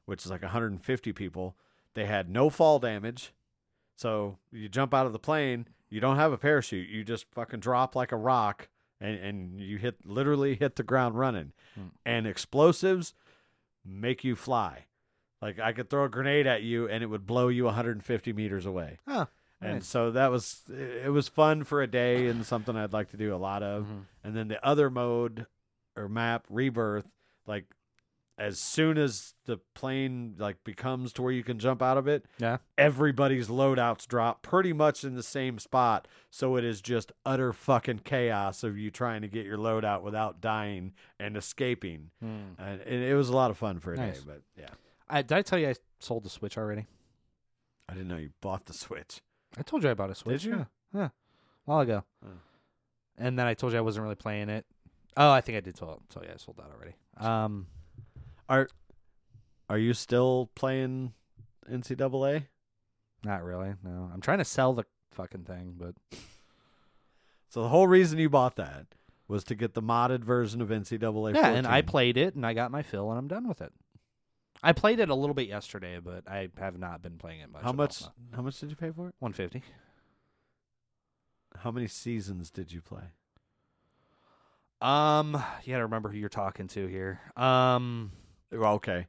D: which is like 150 people, they had no fall damage, so you jump out of the plane, you don't have a parachute, you just fucking drop like a rock, and and you hit literally hit the ground running,
E: Hmm.
D: and explosives make you fly. Like I could throw a grenade at you and it would blow you 150 meters away.
E: Huh,
D: And
E: nice.
D: so that was it was fun for a day and something I'd like to do a lot of.
E: Mhm.
D: And then the other mode or map rebirth like as soon as the plane like becomes to where you can jump out of it,
E: Yeah.
D: everybody's loadouts drop pretty much in the same spot. So it is just utter fucking chaos of you trying to get your loadout without dying and escaping.
E: Hmm.
D: And, and it was a lot of fun for a
E: Nice.
D: day, but yeah.
E: I, did I tell you I sold the Switch already?
D: I didn't know you bought the Switch.
E: I told you I bought a Switch.
D: you?
E: Yeah. yeah. A while ago.
D: Oh.
E: And then I told you I wasn't really playing it. Oh, I think I did tell, tell you I sold that already. Um,
D: Are are you still playing NCAA?
E: not really. No, I'm trying to sell the fucking thing, but
D: So the whole reason you bought that was to get the modded version of NCAA.
E: yeah, and I
D: 14.
E: played it and I got my fill and I'm done with it. I played it a little bit yesterday, but I have not been playing it much.
D: How much? How much did you pay for it?
E: One fifty.
D: How many seasons did you play?
E: Um, you gotta remember who you're talking to here. Um,
D: Well, okay.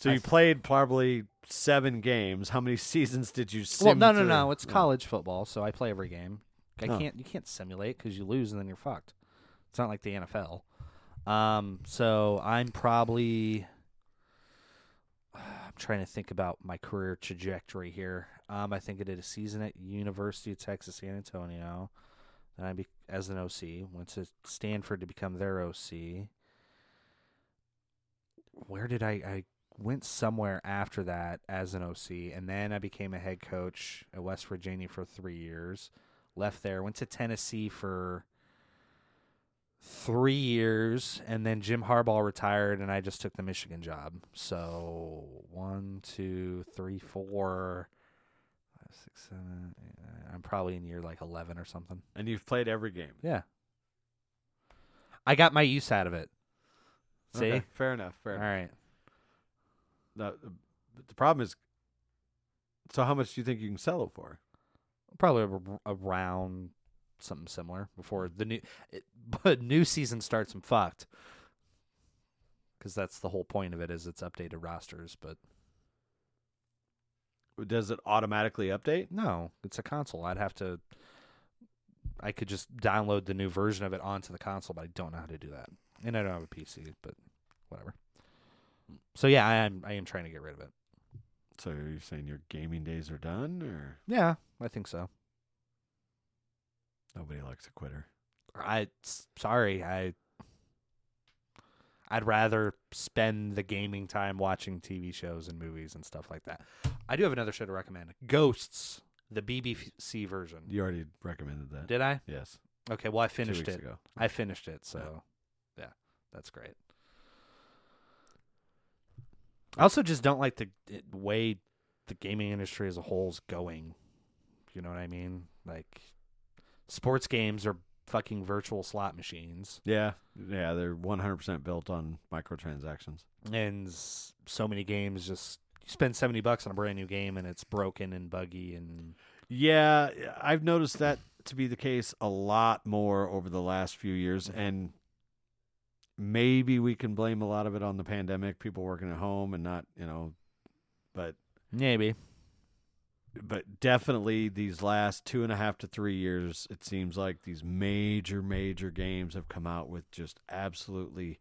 D: So
E: I
D: you
E: th-
D: played probably seven games. How many seasons did you? Sim
E: well, no, no,
D: through?
E: no. It's
D: Yeah.
E: college football, so I play every game. I
D: Oh.
E: can't. You can't simulate because you lose and then you're fucked. It's not like the NFL. Um, so I'm probably. I'm trying to think about my career trajectory here. Um, I think I did a season at University of Texas San Antonio. Then I be as an OC went to Stanford to become their OC. Where did I? I went somewhere after that as an OC, and then I became a head coach at West Virginia for three years. Left there, went to Tennessee for three years, and then Jim Harbaugh retired, and I just took the Michigan job. So one, two, three, four, five, six, seven. eight, nine. I'm probably in year like eleven or something.
D: And you've played every game.
E: Yeah, I got my use out of it. See,
D: Okay, fair enough. Fair
E: all
D: enough.
E: right.
D: No, the- the problem is. So how much do you think you can sell it for?
E: probably ar- around something similar before the new it, but new season starts and fucked because that's the whole point of it is it's updated rosters but
D: Does it automatically update?
E: no it's a console i'd have to i could just download the new version of it onto the console but i don't know how to do that and i don't have a pc but whatever so yeah i am i am trying to get rid of it
D: So are you saying your gaming days are done, or
E: yeah i think so
D: nobody likes a quitter?
E: I s- sorry, I I'd rather spend the gaming time watching TV shows and movies and stuff like that. I do have another show to recommend. Ghosts, the BBC version.
D: You already recommended that.
E: Did I?
D: Yes,
E: Okay, well I
D: two
E: finished
D: weeks
E: it.
D: ago.
E: I finished it, so yeah, that's great. I also just don't like the it- way the gaming industry as a whole is going. You know what I mean? Like sports games are fucking virtual slot machines.
D: Yeah, yeah, they're one hundred percent built on microtransactions.
E: and s- so many games just you spend 70 bucks on a brand new game and it's broken and buggy and
D: Yeah, I've noticed that to be the case a lot more over the last few years, and maybe we can blame a lot of it on the pandemic, people working at home and not, you know, but
E: Maybe.
D: but definitely these last two and a half to three years, it seems like these major, major games have come out with just absolutely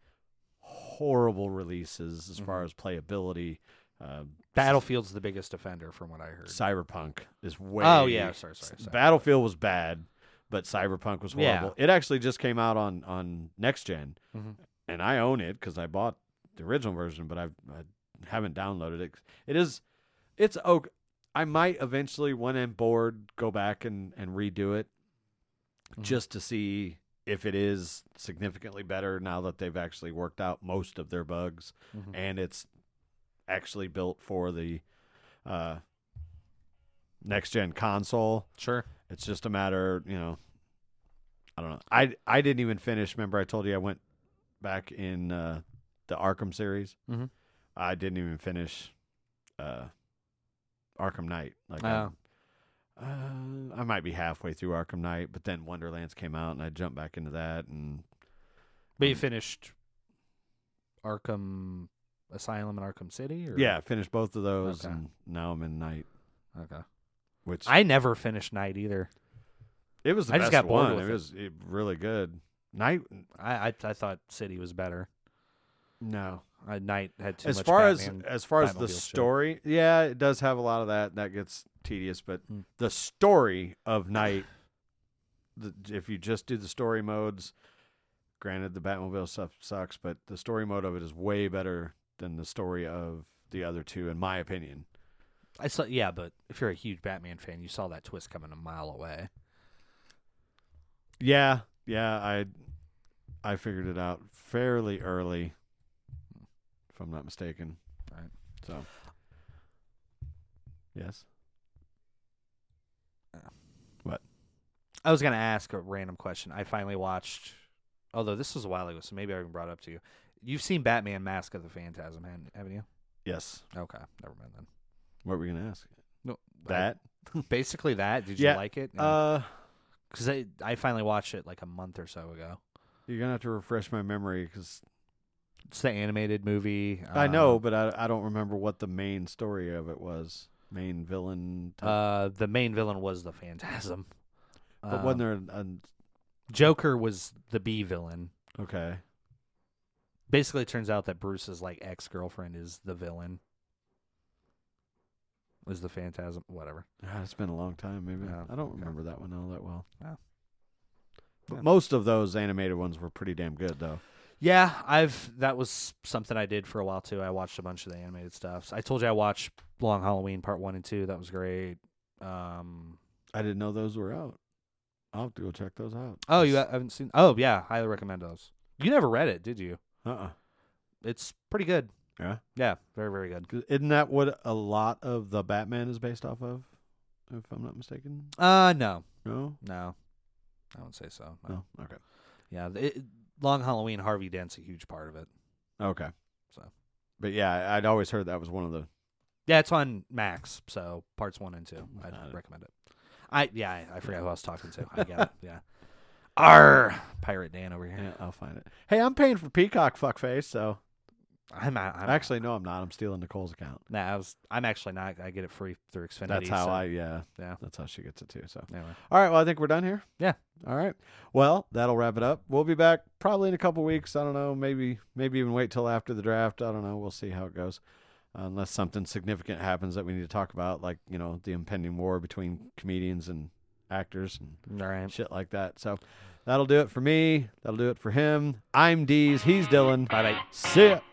D: horrible releases as
E: Mm-hmm.
D: far as playability. Uh,
E: Battlefield's the biggest offender, from what I heard.
D: Cyberpunk is way.
E: Oh, yeah, sorry, sorry, sorry.
D: Battlefield was bad, but Cyberpunk was
E: Yeah.
D: horrible. It actually just came out on on next gen,
E: Mhm.
D: and I own it because I bought the original version, but I've, I haven't downloaded it. It is, it's okay. I might eventually, when I'm bored, go back and and redo it,
E: Mhm.
D: just to see if it is significantly better now that they've actually worked out most of their bugs
E: Mhm.
D: and it's actually built for the uh, next gen console.
E: Sure.
D: It's just a matter, you know, I don't know. I I didn't even finish. Remember, I told you I went back in uh, the Arkham series.
E: Mhm.
D: I didn't even finish uh, Arkham Knight. Like,
E: Oh.
D: I'm- uh, I might be halfway through Arkham Knight, but then Wonderlands came out, and I jumped back into that, and
E: But you finished Arkham Asylum and Arkham City? Or?
D: yeah, finished both of those,
E: Okay.
D: and now I'm in Knight,
E: Okay.
D: which
E: I never finished Night either.
D: It was the
E: I
D: best
E: just got bored
D: one.
E: with
D: it,
E: it.
D: was it, really good. Night?
E: I, I I thought City was better.
D: No.
E: Uh, Night had too
D: as
E: much
D: far
E: Batman.
D: as as far as
E: Batmobile
D: the
E: shit.
D: story, yeah, it does have a lot of that. That gets tedious, but
E: Mm.
D: the story of Night, the, if you just do the story modes, granted the Batmobile stuff sucks, but the story mode of it is way better than the story of the other two, in my opinion.
E: I saw, yeah, but if you're a huge Batman fan, you saw that twist coming a mile away.
D: Yeah, yeah, I I figured it out fairly early, if I'm not mistaken.
E: Right.
D: So. Yes.
E: I was gonna ask a random question. I finally watched, although this was a while ago, so maybe I even brought it up to you. You've seen Batman: Mask of the Phantasm, hadn't- haven't you?
D: Yes.
E: Okay, never mind then.
D: What were you gonna ask?
E: No,
D: That.
E: basically that. Did you
D: Yeah,
E: like it?
D: Uh,
E: Because I I finally watched it like a month or so ago.
D: you're gonna have to refresh my memory because
E: It's the animated movie.
D: I
E: uh,
D: know, but I I don't remember what the main story of it was. Main villain. Type.
E: Uh, the main villain was the Phantasm.
D: but
E: Um,
D: wasn't there an, an
E: Joker was the B villain.
D: okay?
E: Basically, it turns out that Bruce's like ex girlfriend is the villain. Is the Phantasm whatever?
D: Ah, it's been a long time. Maybe
E: Yeah,
D: I don't
E: okay.
D: remember that one all that well.
E: Yeah.
D: But
E: Yeah.
D: most of those animated ones were pretty damn good, though.
E: Yeah, I've that was something I did for a while too. I watched a bunch of the animated stuff. I told you I watched Long Halloween Part One and Two. That was great. Um,
D: I didn't know those were out. I'll have to go check those out.
E: oh, you ha- haven't seen? Oh, yeah, highly recommend those. You never read it, did you?
D: Uh uh
E: It's pretty good.
D: Yeah?
E: Yeah, very very good.
D: Isn't that what a lot of the Batman is based off of? If I'm not mistaken?
E: Uh, no,
D: No?
E: no, I wouldn't say so. No.
D: No? Okay.
E: Yeah, th- it, Long Halloween Harvey Dent's a huge part of it.
D: Okay.
E: So.
D: But yeah, I- I'd always heard that was one of the.
E: Yeah, it's on Max, so parts one and two. I'd
D: Mm, Got it.
E: recommend it. I yeah, I, I forgot who I was talking to. I get it. Yeah. Our pirate Dan over here.
D: Yeah, I'll find it. Hey, I'm paying for Peacock, fuckface. So
E: I'm, not- I'm
D: actually, no, I'm not. I'm stealing Nicole's account.
E: Nah, I was. I'm actually not. I get it free through Xfinity.
D: That's how
E: so-
D: I. Yeah.
E: Yeah.
D: That's how she gets it too. So.
E: Anyway.
D: All right. Well, I think we're done here.
E: Yeah.
D: All right. Well, that'll wrap it up. We'll be back probably in a couple weeks. I don't know. Maybe maybe even wait till after the draft. I don't know. We'll see how it goes. Unless something significant happens that we need to talk about, like you know the impending war between comedians and actors and
E: All
D: and
E: right.
D: shit like that. So that'll do it for me. That'll do it for him. I'm Deez. He's Dylan.
E: Bye bye.
D: See ya.